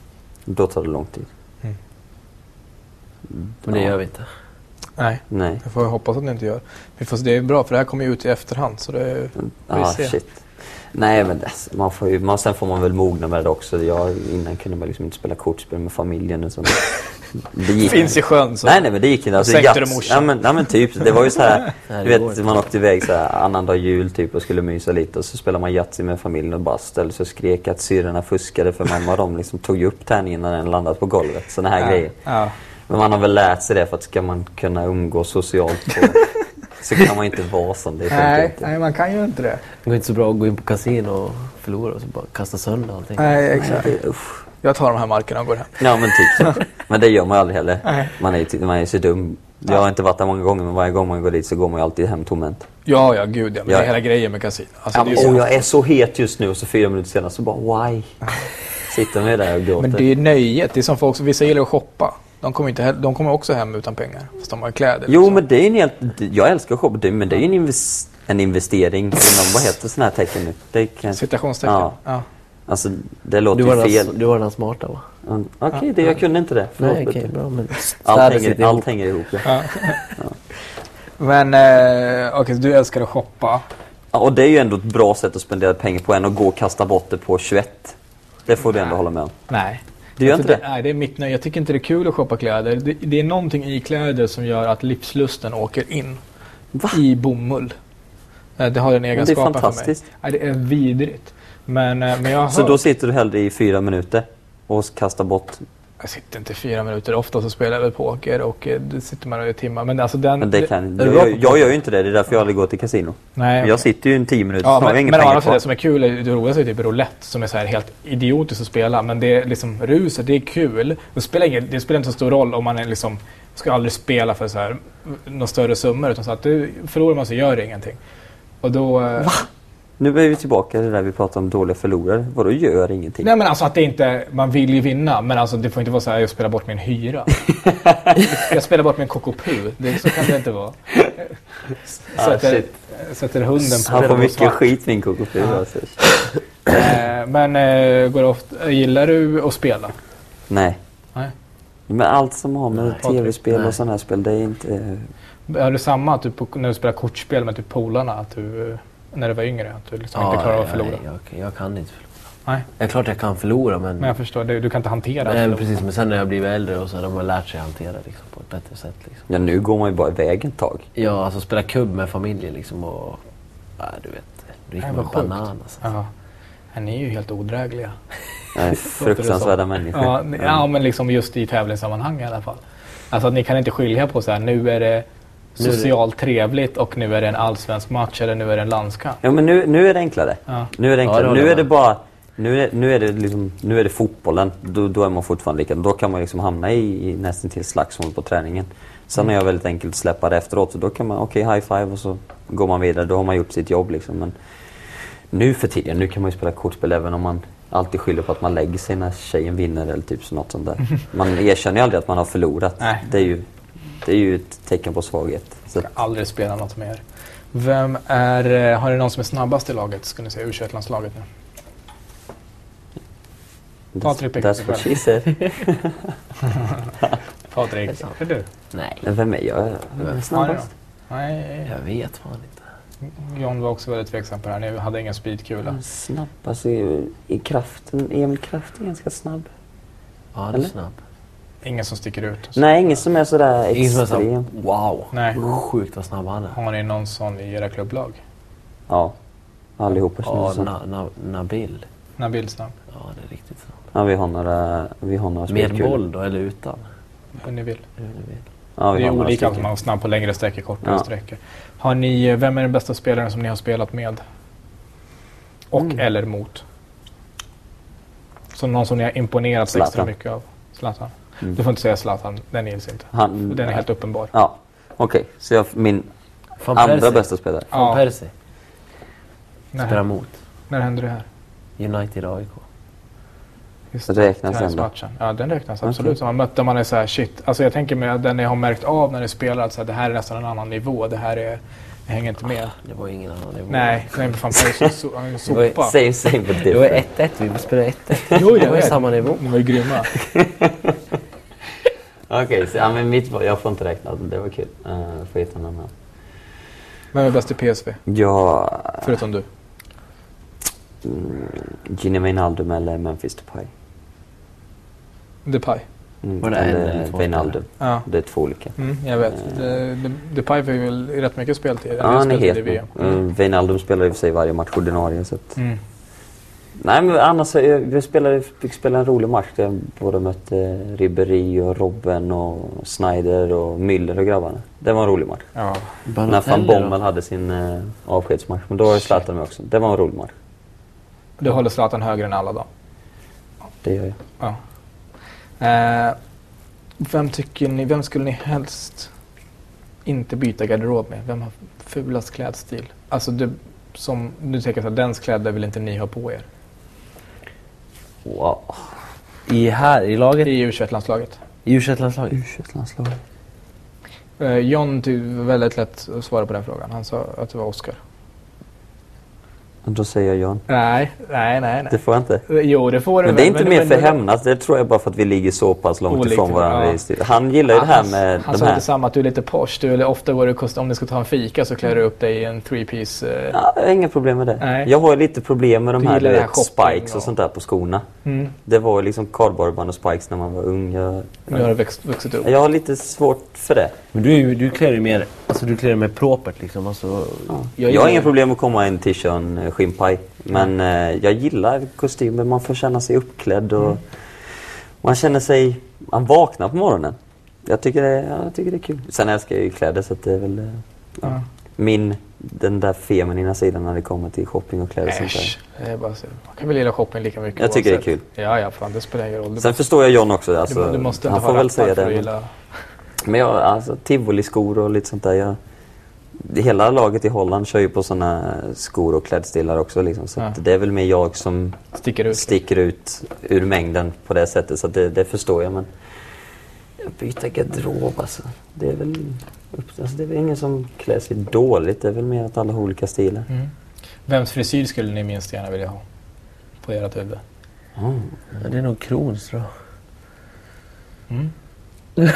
[SPEAKER 3] Då tar det lång tid.
[SPEAKER 1] Mm.
[SPEAKER 2] Men det
[SPEAKER 3] Ja.
[SPEAKER 2] gör vi inte.
[SPEAKER 1] Nej,
[SPEAKER 3] Nej.
[SPEAKER 1] det får jag hoppas att ni inte gör. Vi får, se, det är bra för det här kommer ju ut i efterhand. Så det är,
[SPEAKER 3] Ah,
[SPEAKER 1] ser.
[SPEAKER 3] shit. Nej men alltså, man får ju, man, sen får man väl mogna med det också. Jag, innan kunde man liksom inte spela kortspel med familjen. Och sånt. Det gick
[SPEAKER 1] finns i sjön. Så.
[SPEAKER 3] Nej, nej men det gick inte. Alltså,
[SPEAKER 1] Sänkte
[SPEAKER 3] Gats-
[SPEAKER 1] du morsan?
[SPEAKER 3] Ja men, nej, men typ, det var ju så här.
[SPEAKER 2] Nej,
[SPEAKER 3] du
[SPEAKER 2] det går
[SPEAKER 3] vet,
[SPEAKER 2] inte.
[SPEAKER 3] man åkte iväg så här annandag jul typ och skulle mysa lite och så spelade man Yatzy med familjen och bara ställde sig och skrek att syrrorna fuskade för mamma och de liksom tog ju upp tärningen innan den landat på golvet. Såna här grejer.
[SPEAKER 1] Ja.
[SPEAKER 3] Men man har väl lärt sig det för att ska man kunna umgås socialt på, så kan man inte vara som det funkar
[SPEAKER 1] Nej,
[SPEAKER 3] inte.
[SPEAKER 1] nej, man kan ju inte det.
[SPEAKER 2] Det går inte så bra att gå in på kasino och förlora och så bara kasta sönder allting.
[SPEAKER 1] Nej,
[SPEAKER 3] Nej,
[SPEAKER 1] exakt.
[SPEAKER 3] det- usch.
[SPEAKER 1] Jag tar de här markerna och går hem.
[SPEAKER 3] Ja men typ så. Men det gör man ju aldrig heller.
[SPEAKER 1] Nej.
[SPEAKER 3] Man är ju ty- man är ju så dum. Jag har inte varit där många gånger men varje gång man går dit så går man ju alltid hem tomhänt.
[SPEAKER 1] Ja, ja, gud ja. Men
[SPEAKER 3] Ja.
[SPEAKER 1] det är hela grejen med kasino. Alltså,
[SPEAKER 3] Ja,
[SPEAKER 1] det
[SPEAKER 3] men,
[SPEAKER 1] är ju
[SPEAKER 3] oh,
[SPEAKER 1] så-
[SPEAKER 3] jag är så het just nu och så fyra minuter senare så bara why? Sitter med där och gråter.
[SPEAKER 1] men det är nöjet. Det är som folk, som- vissa gillar att shoppa. De kommer, inte, he- de kommer också hem utan pengar. Fast de har kläder.
[SPEAKER 3] Jo
[SPEAKER 1] liksom.
[SPEAKER 3] men det är en helt... Jag älskar att shoppa, det- men det är ju en, inves- en investering inom... Vad heter sådana här tecken nu? Det kan...
[SPEAKER 1] Citationstecken.
[SPEAKER 3] Ja.
[SPEAKER 1] Ja.
[SPEAKER 3] Alltså det
[SPEAKER 2] Du
[SPEAKER 3] låter
[SPEAKER 2] var, alltså-
[SPEAKER 3] ju
[SPEAKER 2] den,
[SPEAKER 3] fel.
[SPEAKER 2] du var den smarta va?
[SPEAKER 3] Mm, Okej, det, jag kunde inte det. Förlåt,
[SPEAKER 2] Nej okej,
[SPEAKER 3] Peter.
[SPEAKER 2] bra men...
[SPEAKER 3] Allt
[SPEAKER 2] Städer
[SPEAKER 3] hänger,
[SPEAKER 2] sitter ihop.
[SPEAKER 3] allt hänger ihop. Ja.
[SPEAKER 1] Men eh, okej, så du älskar att shoppa.
[SPEAKER 3] Ja, Och det är ju ändå ett bra sätt att spendera pengar på än att gå och kasta bort det på 21. Det får du ändå hålla med om.
[SPEAKER 1] Nej.
[SPEAKER 3] Du gör
[SPEAKER 1] Jag
[SPEAKER 3] inte
[SPEAKER 1] tycker- Nej, det är mitt nöje. Jag tycker inte det är kul att shoppa kläder. Det, det är någonting i kläder som gör att livslusten åker in.
[SPEAKER 3] Va?
[SPEAKER 1] I bomull. Eh, Det har den
[SPEAKER 3] Men det är
[SPEAKER 1] egenskapen för mig.
[SPEAKER 3] fantastiskt.
[SPEAKER 1] Nej, det är vidrigt. Men, eh, men jag har
[SPEAKER 3] Så
[SPEAKER 1] hört-
[SPEAKER 3] då sitter du hellre i fyra minuter och kastar bort
[SPEAKER 1] Jag sitter inte fyra minuter. Ofta så spelar jag väl poker och eh, det sitter man i timmar. Men alltså den...
[SPEAKER 3] Men det kan,
[SPEAKER 1] Är du
[SPEAKER 3] jag,
[SPEAKER 1] bra
[SPEAKER 3] jag,
[SPEAKER 1] på
[SPEAKER 3] jag gör ju inte det, det är därför jag aldrig går till kasino.
[SPEAKER 1] Nej,
[SPEAKER 3] Jag
[SPEAKER 1] okej.
[SPEAKER 3] sitter ju en 10 minuter,
[SPEAKER 1] Ja,
[SPEAKER 3] sen har jag
[SPEAKER 1] men,
[SPEAKER 3] inga
[SPEAKER 1] men å
[SPEAKER 3] pengar
[SPEAKER 1] andra sidan, det
[SPEAKER 3] kvar.
[SPEAKER 1] som är kul, är, det roligaste är typ roulette som är så här helt idiotiskt att spela. Men det är liksom ruset, det är kul. Det spelar, ingen, det spelar inte så stor roll om man är liksom, ska aldrig spela för så här, några större summor. Utan så att du, förlorar man så gör det ingenting. Och då... eh,
[SPEAKER 3] Nu är vi tillbaka till det där vi pratade om dåliga förlorare. Vadå gör ingenting?
[SPEAKER 1] Nej men alltså att det inte, man vill ju vinna men alltså det får inte vara så här jag spelar bort min hyra. jag spelar bort min kokopu. Det, så kan det inte vara.
[SPEAKER 2] Ah,
[SPEAKER 1] Sätter, sätter hunden på
[SPEAKER 3] Han får mycket
[SPEAKER 1] svart.
[SPEAKER 3] skit min kokopu. Alltså.
[SPEAKER 1] Eh, Men eh, går det ofta, gillar du att spela?
[SPEAKER 3] Nej.
[SPEAKER 1] Nej.
[SPEAKER 3] Men allt som har med tv-spel
[SPEAKER 2] Nej.
[SPEAKER 3] och sådana här spel, det är inte...
[SPEAKER 1] Har du samma att du, på- när du spelar kortspel med typ polarna, att du, eh, när du var yngre, att du liksom
[SPEAKER 2] Ja,
[SPEAKER 1] inte klarar av att
[SPEAKER 2] nej,
[SPEAKER 1] förlora?
[SPEAKER 2] Jag, jag kan inte förlora.
[SPEAKER 1] Nej.
[SPEAKER 2] Det är klart jag kan förlora men...
[SPEAKER 1] Men jag förstår, du, du kan inte hantera att
[SPEAKER 2] Nej, men
[SPEAKER 1] förlora.
[SPEAKER 2] precis, men sen när jag blivit äldre och så har man lärt sig att hantera liksom, på ett bättre sätt. Liksom.
[SPEAKER 3] Ja, nu går man ju bara iväg ett tag.
[SPEAKER 2] Ja, alltså spela kubb med familjen liksom och... Ja, du vet, då gick
[SPEAKER 1] Nej,
[SPEAKER 2] man
[SPEAKER 1] vad
[SPEAKER 2] ju
[SPEAKER 1] sjukt.
[SPEAKER 2] banan alltså.
[SPEAKER 1] Ja. Ja, Ni är ju helt odrägliga.
[SPEAKER 3] Jag är fruktansvärda människor.
[SPEAKER 1] Ja, ni- ja, men liksom just i tävlingssammanhang i alla fall. Alltså att ni kan inte skilja på så här, nu är det socialt trevligt och nu är det en allsvensk match eller nu är det en landskamp.
[SPEAKER 3] Ja, men nu, nu är det enklare.
[SPEAKER 1] Ja.
[SPEAKER 3] Nu är det enklare.
[SPEAKER 2] Ja, det håller
[SPEAKER 3] nu är
[SPEAKER 2] jag
[SPEAKER 3] det
[SPEAKER 2] med.
[SPEAKER 3] bara... Nu är, nu, är det liksom, nu är det fotbollen. Då, då är man fortfarande lika. Då kan man liksom hamna i, i nästan till slagsmål på träningen. Sen
[SPEAKER 2] Mm.
[SPEAKER 3] är jag väldigt enkelt släppa det efteråt. Så då kan man, okej, high five och så går man vidare. Då har man gjort sitt jobb liksom. Men nu för tiden, nu kan man ju spela kortspel även om man alltid skyller på att man lägger sig när tjejen vinner eller typ så något sånt där. Man erkänner ju aldrig att man har förlorat.
[SPEAKER 1] Nej.
[SPEAKER 3] Det är ju, det är ju ett tecken på svaghet. Så att-
[SPEAKER 1] Jag ska aldrig spela något mer. Vem är, eh, har ni någon som är snabbast i laget? Ska ni säga u landslaget nu? Patrik pekar
[SPEAKER 3] that's
[SPEAKER 1] sig
[SPEAKER 3] what
[SPEAKER 1] själv.
[SPEAKER 3] she said.
[SPEAKER 1] Patrik?
[SPEAKER 2] sant.
[SPEAKER 1] För du?
[SPEAKER 2] Nej,
[SPEAKER 3] Men Vem är jag? Vem är snabbast?
[SPEAKER 1] Nej,
[SPEAKER 2] jag vet fan inte.
[SPEAKER 1] John var också väldigt tveksam på det här. Ni hade ingen speedkula.
[SPEAKER 3] Han snabbast i, i kraften. Emil Kraft är ganska snabb.
[SPEAKER 2] Ja, han är
[SPEAKER 3] Eller?
[SPEAKER 2] snabb.
[SPEAKER 1] Ingen som sticker ut.
[SPEAKER 3] Nej, ingen som är sådär
[SPEAKER 2] Ingen som är
[SPEAKER 3] extrem.
[SPEAKER 2] så, wow,
[SPEAKER 1] Nej.
[SPEAKER 2] sjukt vad snabb han är.
[SPEAKER 1] Har ni någon sån i era klubblag?
[SPEAKER 3] Ja. Allihopa
[SPEAKER 2] Ja,
[SPEAKER 3] känns det som.
[SPEAKER 2] na, na, Nabil.
[SPEAKER 1] Nabil Snabb?
[SPEAKER 2] Ja, han är riktigt snabb.
[SPEAKER 3] Ja, vi har några, vi har några
[SPEAKER 2] Med
[SPEAKER 3] spelkulor.
[SPEAKER 2] boll då, eller utan?
[SPEAKER 1] Hur ni vill.
[SPEAKER 2] Hur ni vill.
[SPEAKER 3] Ja, vi
[SPEAKER 1] Det är
[SPEAKER 3] har några
[SPEAKER 1] olika om
[SPEAKER 3] stycken.
[SPEAKER 1] man är snabb på längre sträckor, kortare
[SPEAKER 3] Ja.
[SPEAKER 1] sträckor. Har ni, eh, vem är den bästa spelaren som ni har spelat med? Och
[SPEAKER 3] Mm.
[SPEAKER 1] eller mot? Så någon som ni har imponerats extra
[SPEAKER 3] Zlatan.
[SPEAKER 1] mycket av? Zlatan.
[SPEAKER 3] Mm.
[SPEAKER 1] Du får inte säga Zlatan, den gills inte.
[SPEAKER 3] Han,
[SPEAKER 1] Den är helt uppenbar.
[SPEAKER 3] Ja, okej. Så jag, min
[SPEAKER 2] Van
[SPEAKER 3] andra
[SPEAKER 2] Persie.
[SPEAKER 3] bästa spelare.
[SPEAKER 2] Van
[SPEAKER 1] Ja.
[SPEAKER 2] Persie. Spelar
[SPEAKER 1] När,
[SPEAKER 2] mot
[SPEAKER 1] när hände det här?
[SPEAKER 2] United AIK.
[SPEAKER 1] Just
[SPEAKER 3] Så det räknas ändå?
[SPEAKER 1] träningsmatchen. Ja, den räknas
[SPEAKER 3] Okej.
[SPEAKER 1] absolut. som Man mötte man är så här, shit. Alltså jag tänker mig att den ni har märkt av när ni spelar, att så här, det här är nästan en annan nivå. Det här är, jag hänger inte
[SPEAKER 3] Ah.
[SPEAKER 1] med.
[SPEAKER 2] Det var ju ingen annan nivå.
[SPEAKER 1] Nej, nej men fan Persie är so- han är en
[SPEAKER 3] Det var ju-
[SPEAKER 1] sopa.
[SPEAKER 3] Same, same but
[SPEAKER 2] Det var
[SPEAKER 3] different.
[SPEAKER 2] 1-1, vi spelade 1-1.
[SPEAKER 1] Jo,
[SPEAKER 2] Det
[SPEAKER 1] jag
[SPEAKER 2] var ju
[SPEAKER 1] vet.
[SPEAKER 2] samma nivå.
[SPEAKER 1] De var ju grymma.
[SPEAKER 6] Okej, så, ja, men mitt var, jag får inte räkna. Det var kul.
[SPEAKER 3] Eh,
[SPEAKER 6] Uh, får hitta någon annan.
[SPEAKER 1] Vem är bäst i PSV?
[SPEAKER 3] Ja,
[SPEAKER 1] Förutom du.
[SPEAKER 3] mm, Gini Wijnaldum eller Memphis Depay.
[SPEAKER 1] Depay.
[SPEAKER 3] Mm,
[SPEAKER 2] Var det en eller
[SPEAKER 3] eller
[SPEAKER 2] två
[SPEAKER 3] Wijnaldum.
[SPEAKER 1] Ja.
[SPEAKER 3] Det är två olika.
[SPEAKER 1] Mm, jag vet. De- de- Depay får ju väl rätt mycket speltid.
[SPEAKER 3] Ja, han är
[SPEAKER 1] speltid i
[SPEAKER 3] het
[SPEAKER 1] VM.
[SPEAKER 3] nu. Mm, Wijnaldum spelar i och för sig varje match ordinarie. Så att...
[SPEAKER 1] Mm.
[SPEAKER 3] Nej, men annars eh, vi spelade, fick spela en rolig match där jag både mötte eh, Ribéry och Robben och Snyder och Müller och grabbarna. Det var en rolig match.
[SPEAKER 1] Ja.
[SPEAKER 3] När van Bommel hade sin eh, avskedsmatch. Men då var ju Zlatan med också. Det var en rolig match.
[SPEAKER 1] Du håller Zlatan högre än alla dem.
[SPEAKER 3] Det gör jag.
[SPEAKER 1] Ja. Eh, vem tycker ni, vem skulle ni helst inte byta garderob med? Vem har fulast klädstil? Alltså du, som, du tänker att dens kläder vill inte ni ha på er.
[SPEAKER 3] Wow.
[SPEAKER 2] I här, i laget? I
[SPEAKER 1] I U21-landslaget.
[SPEAKER 2] u
[SPEAKER 3] Mm.
[SPEAKER 2] landslaget
[SPEAKER 3] U21-landslaget.
[SPEAKER 1] Eh, John ty- var väldigt lätt att svara på den frågan. Han sa att det var Oscar.
[SPEAKER 3] Då säger jag Jan.
[SPEAKER 1] Nej, nej, nej.
[SPEAKER 3] Det
[SPEAKER 1] nej.
[SPEAKER 3] får jag inte.
[SPEAKER 1] Jo, det får du
[SPEAKER 3] Men det är inte mer för hämnas. Det tror jag bara för att vi ligger så pass långt
[SPEAKER 1] Olikt,
[SPEAKER 3] ifrån varandra.
[SPEAKER 1] ja.
[SPEAKER 3] i stil. Han gillar ju det här med
[SPEAKER 1] Han
[SPEAKER 3] de
[SPEAKER 1] sa
[SPEAKER 3] här.
[SPEAKER 1] inte samma att du är lite posh. Du, eller ofta går du kost, om ni ska ta en fika så klär du upp dig i en three-piece. Eh,
[SPEAKER 3] Ja, jag har inga problem med det.
[SPEAKER 1] Nej.
[SPEAKER 3] Jag har ju lite problem med de
[SPEAKER 1] Du
[SPEAKER 3] här,
[SPEAKER 1] gillar
[SPEAKER 3] du
[SPEAKER 1] det här
[SPEAKER 3] vet,
[SPEAKER 1] shopping
[SPEAKER 3] spikes
[SPEAKER 1] och-
[SPEAKER 3] och sånt där på skorna.
[SPEAKER 1] mm.
[SPEAKER 3] Det var ju liksom kardborreband och spikes när man var ung. Jag,
[SPEAKER 1] Nu har du växt, vuxit upp.
[SPEAKER 3] jag har lite svårt för det.
[SPEAKER 2] Men du, är ju- du klär dig mer, alltså du klär dig mer propert liksom. Alltså,
[SPEAKER 3] Jag, har inga problem med att komma i en t-shirt och en skinnpaj. Men eh, jag gillar kostymer. Man får känna sig uppklädd
[SPEAKER 1] Mm.
[SPEAKER 3] och man känner sig... Man vaknar på morgonen. Jag tycker det, ja, jag tycker det är kul. Sen älskar jag ju kläder så att det är väl... eh,
[SPEAKER 1] Ja.
[SPEAKER 3] Min, den där feminina sidan när det kommer till shopping och kläder och sånt där.
[SPEAKER 1] Äsch. Det är bara så. Man kan väl gilla shopping lika mycket
[SPEAKER 3] Jag tycker det är
[SPEAKER 1] oavsett. Ja, ja, fan det spelar ingen roll. Du,
[SPEAKER 3] Sen förstår jag John också.
[SPEAKER 1] du,
[SPEAKER 3] Alltså,
[SPEAKER 1] du måste inte
[SPEAKER 3] han
[SPEAKER 1] ha
[SPEAKER 3] får väl
[SPEAKER 1] rappar
[SPEAKER 3] säga
[SPEAKER 1] för att
[SPEAKER 3] det. Men,
[SPEAKER 1] gilla...
[SPEAKER 3] men jag, alltså, tivoliskor och lite sånt där. Jag, hela laget i Holland kör ju på såna skor och klädstilar också. Liksom, så
[SPEAKER 1] Ja.
[SPEAKER 3] att det är väl mer jag som
[SPEAKER 1] Sticker ut.
[SPEAKER 3] sticker ut ur mängden på det sättet. Så att det, det förstår jag. Men byta garderob alltså. Det är väl, upp- alltså, det är väl ingen som klär sig dåligt. Det är väl mer att alla har olika stilar.
[SPEAKER 1] Mm. Vems frisyr skulle ni minst gärna vilja ha? På ert huvud.
[SPEAKER 3] Mm.
[SPEAKER 2] ja, det är nog Kroons tror jag.
[SPEAKER 1] Mm.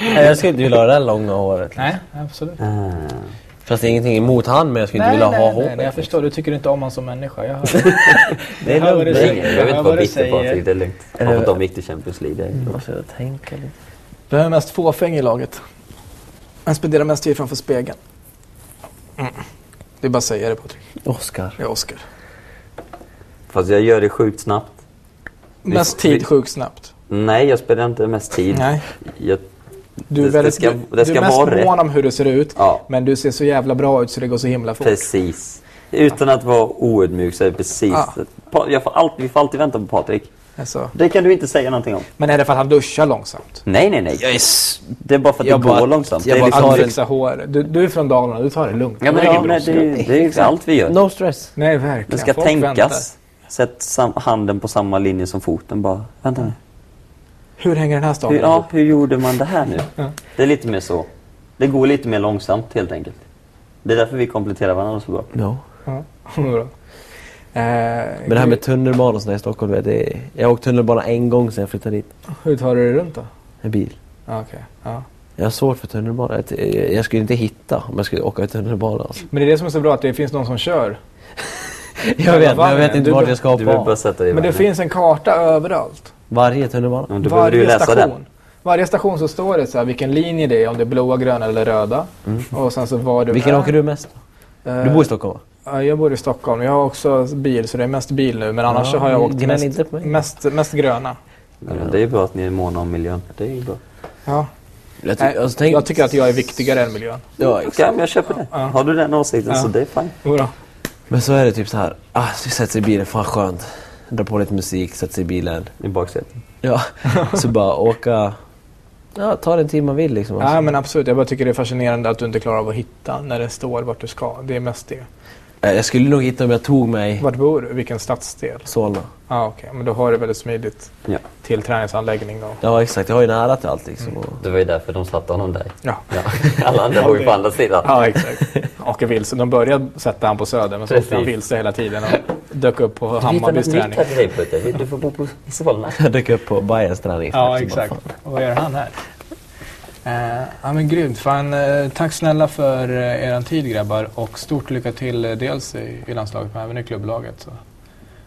[SPEAKER 2] Nej, jag skulle inte vilja ha det där långa håret.
[SPEAKER 1] Nej, absolut.
[SPEAKER 3] Ah.
[SPEAKER 2] Fast det är ingenting emot han, men jag skulle
[SPEAKER 1] nej,
[SPEAKER 2] inte vilja
[SPEAKER 1] nej,
[SPEAKER 2] ha
[SPEAKER 1] nej,
[SPEAKER 2] håret.
[SPEAKER 3] liksom.
[SPEAKER 1] nej, jag förstår. Du tycker inte om honom som människa. Jag hör.
[SPEAKER 2] Det är
[SPEAKER 1] Jag hör vad
[SPEAKER 2] lugnt.
[SPEAKER 1] du
[SPEAKER 3] Nej,
[SPEAKER 1] säger.
[SPEAKER 3] jag
[SPEAKER 1] Ja,
[SPEAKER 3] behöver inte
[SPEAKER 1] vad
[SPEAKER 3] vara
[SPEAKER 1] du
[SPEAKER 3] bitter
[SPEAKER 1] säger.
[SPEAKER 3] Patrik. Det är lugnt. Ja,
[SPEAKER 2] Eller-
[SPEAKER 3] för de gick till Champions League. Det är
[SPEAKER 2] Jag måste tänka lite.
[SPEAKER 1] Vem är mest fåfäng i laget? Han spenderar mest tid framför spegeln. Det är bara att säga det Patrik.
[SPEAKER 2] Oscar.
[SPEAKER 1] Det är Oscar.
[SPEAKER 3] Fast jag gör det sjukt snabbt.
[SPEAKER 1] Mest
[SPEAKER 3] vi-
[SPEAKER 1] tid sjukt snabbt.
[SPEAKER 3] Nej, jag spenderar inte mest tid.
[SPEAKER 1] Nej.
[SPEAKER 3] Jag,
[SPEAKER 1] Du
[SPEAKER 3] Det-
[SPEAKER 1] är,
[SPEAKER 3] det
[SPEAKER 1] väldigt,
[SPEAKER 3] ska-
[SPEAKER 1] du,
[SPEAKER 3] det ska
[SPEAKER 1] du är mest
[SPEAKER 3] vara rätt.
[SPEAKER 1] mån om hur du ser ut.
[SPEAKER 3] ja,
[SPEAKER 1] Men du ser så jävla bra ut så det går så himla fort.
[SPEAKER 3] precis. Utan att vara oödmjuk så är det precis...
[SPEAKER 1] Ja.
[SPEAKER 3] Pa- Jag får alltid, vi får alltid vänta på Patrik.
[SPEAKER 1] Alltså.
[SPEAKER 3] Det kan du inte säga någonting om.
[SPEAKER 1] Men är det för att han duschar långsamt?
[SPEAKER 3] Nej, nej, nej. Jag är s- det är bara för att
[SPEAKER 2] Jag
[SPEAKER 3] det
[SPEAKER 2] bara-
[SPEAKER 3] går långsamt.
[SPEAKER 2] jag
[SPEAKER 3] det är
[SPEAKER 2] bara
[SPEAKER 1] Han
[SPEAKER 3] liksom,
[SPEAKER 2] tar
[SPEAKER 3] det,
[SPEAKER 2] det-
[SPEAKER 1] fixar hår. Du, du är från Dalarna, du tar det lugnt.
[SPEAKER 3] ja, men,
[SPEAKER 1] Det var
[SPEAKER 3] ja,
[SPEAKER 1] ingen
[SPEAKER 3] men
[SPEAKER 1] brådska.
[SPEAKER 3] det, är- det är ju allt vi gör.
[SPEAKER 2] No stress.
[SPEAKER 1] Nej, verkligen.
[SPEAKER 3] det ska
[SPEAKER 1] Folk väntar.
[SPEAKER 3] tänkas. Sätt sam- handen på samma linje som foten bara. Vänta nu.
[SPEAKER 1] Hur hänger den här staden
[SPEAKER 3] Hur, ja,
[SPEAKER 1] ihop?
[SPEAKER 3] hur gjorde man det här nu?
[SPEAKER 1] Ja.
[SPEAKER 3] Det är lite mer så. Det går lite mer långsamt helt enkelt. Det är därför vi kompletterar varandra så bra.
[SPEAKER 2] No.
[SPEAKER 1] Ja. Bra. Eh,
[SPEAKER 2] Men det här med tunnelbanan och sådär i Stockholm, vet du, det är, jag har åkt tunnelbana en gång sedan jag flyttade dit.
[SPEAKER 1] Hur tar du dig runt då?
[SPEAKER 2] En bil.
[SPEAKER 1] Ja, okej. Ja.
[SPEAKER 2] Jag har svårt för tunnelbana. Jag, eh, jag- jag skulle inte hitta om jag skulle åka i tunnelbana. Alltså.
[SPEAKER 1] Men det är det som är så bra, att det finns någon som kör.
[SPEAKER 2] Jag vet, men jag vet
[SPEAKER 1] Du
[SPEAKER 2] inte
[SPEAKER 1] be-
[SPEAKER 2] vart jag
[SPEAKER 6] Du
[SPEAKER 2] ska
[SPEAKER 6] vill
[SPEAKER 2] hoppa
[SPEAKER 6] bara
[SPEAKER 2] av.
[SPEAKER 6] sätta dig i
[SPEAKER 1] Men det
[SPEAKER 6] vagnen.
[SPEAKER 1] finns en karta överallt.
[SPEAKER 2] Varje tunnelbana.
[SPEAKER 6] Ja, Då behöver du ju läsa den.
[SPEAKER 1] Varje station så står det så här vilken linje det är, om det är blåa, gröna eller röda. Och sen så var du
[SPEAKER 2] Vilken
[SPEAKER 1] är.
[SPEAKER 2] åker du mest?
[SPEAKER 1] Eh,
[SPEAKER 2] Du bor i Stockholm va?
[SPEAKER 1] ja, Jag bor i Stockholm. Jag har också bil, så det är mest bil nu. Men annars
[SPEAKER 2] Ja,
[SPEAKER 1] så har jag åkt
[SPEAKER 2] gnäll
[SPEAKER 1] mest,
[SPEAKER 2] inte på mig.
[SPEAKER 1] mest, mest gröna.
[SPEAKER 6] Ja, men det är bra att ni är måna om miljön. Det är ju bra.
[SPEAKER 1] Ja.
[SPEAKER 2] Jag,
[SPEAKER 1] Nej, jag tycker att jag är viktigare än miljön.
[SPEAKER 2] Alltså, Ja,
[SPEAKER 3] Okej,
[SPEAKER 2] exakt.
[SPEAKER 3] men jag köper det. Har du den åsikten så
[SPEAKER 1] Ja.
[SPEAKER 3] det är fine.
[SPEAKER 1] Jodå.
[SPEAKER 2] Men så är det typ så här. Ah, så sätter sig i bilen, fan skönt. Dra på lite musik, sätter sig i bilen.
[SPEAKER 3] I baksätet.
[SPEAKER 2] Ja, så bara åka. Ja, ta den tid man vill liksom. Alltså.
[SPEAKER 1] Nej men absolut, jag bara tycker det är fascinerande att du inte klarar av att hitta när det står vart du ska. Det är mest det.
[SPEAKER 2] Eh, Jag skulle nog hitta om jag tog mig
[SPEAKER 1] Vart bor du? Vilken stadsdel?
[SPEAKER 2] Solna.
[SPEAKER 1] Ja okej, men då har du väldigt smidigt
[SPEAKER 6] Ja.
[SPEAKER 1] till träningsanläggning då.
[SPEAKER 2] Ja, exakt. Jag har ju nära till allt liksom. Och...
[SPEAKER 6] Det var ju därför de satte honom där.
[SPEAKER 1] Ja.
[SPEAKER 6] Ja. Alla andra bor ju på andra sidan.
[SPEAKER 1] Ja, exakt. Åker vilse. De började sätta han på Söder, men så åkte han
[SPEAKER 6] Precis.
[SPEAKER 1] vilse hela tiden och dök upp på
[SPEAKER 6] Du hittar något
[SPEAKER 1] Hammarbys
[SPEAKER 6] nytt
[SPEAKER 1] träning.
[SPEAKER 6] här till dig Putte. Du får bo på Solna.
[SPEAKER 2] Jag dök upp på Bajens träning.
[SPEAKER 1] Ja,
[SPEAKER 2] Så
[SPEAKER 1] exakt.
[SPEAKER 2] bara, fan.
[SPEAKER 1] Och vad gör han här? Eh, ja, men grymt. Fan, eh, tack snälla för eh, eran tid grabbar och stort lycka till eh, dels i, i landslaget men även i klubblaget. Så.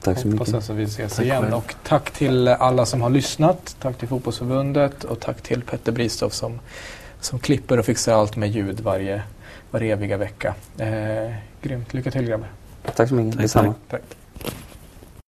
[SPEAKER 3] Tack så
[SPEAKER 1] Hoppas
[SPEAKER 3] mycket.
[SPEAKER 1] alltså vi ses
[SPEAKER 2] Tack
[SPEAKER 1] igen.
[SPEAKER 2] själv.
[SPEAKER 1] Och tack till alla som har lyssnat. Tack till Fotbollsförbundet och tack till Petter Bristoff som, som klipper och fixar allt med ljud varje, varje eviga vecka. Eh, grymt. Lycka till grabbar.
[SPEAKER 3] Tack så mycket.
[SPEAKER 2] Tack,
[SPEAKER 3] Detsamma.
[SPEAKER 2] tack.
[SPEAKER 1] Tack.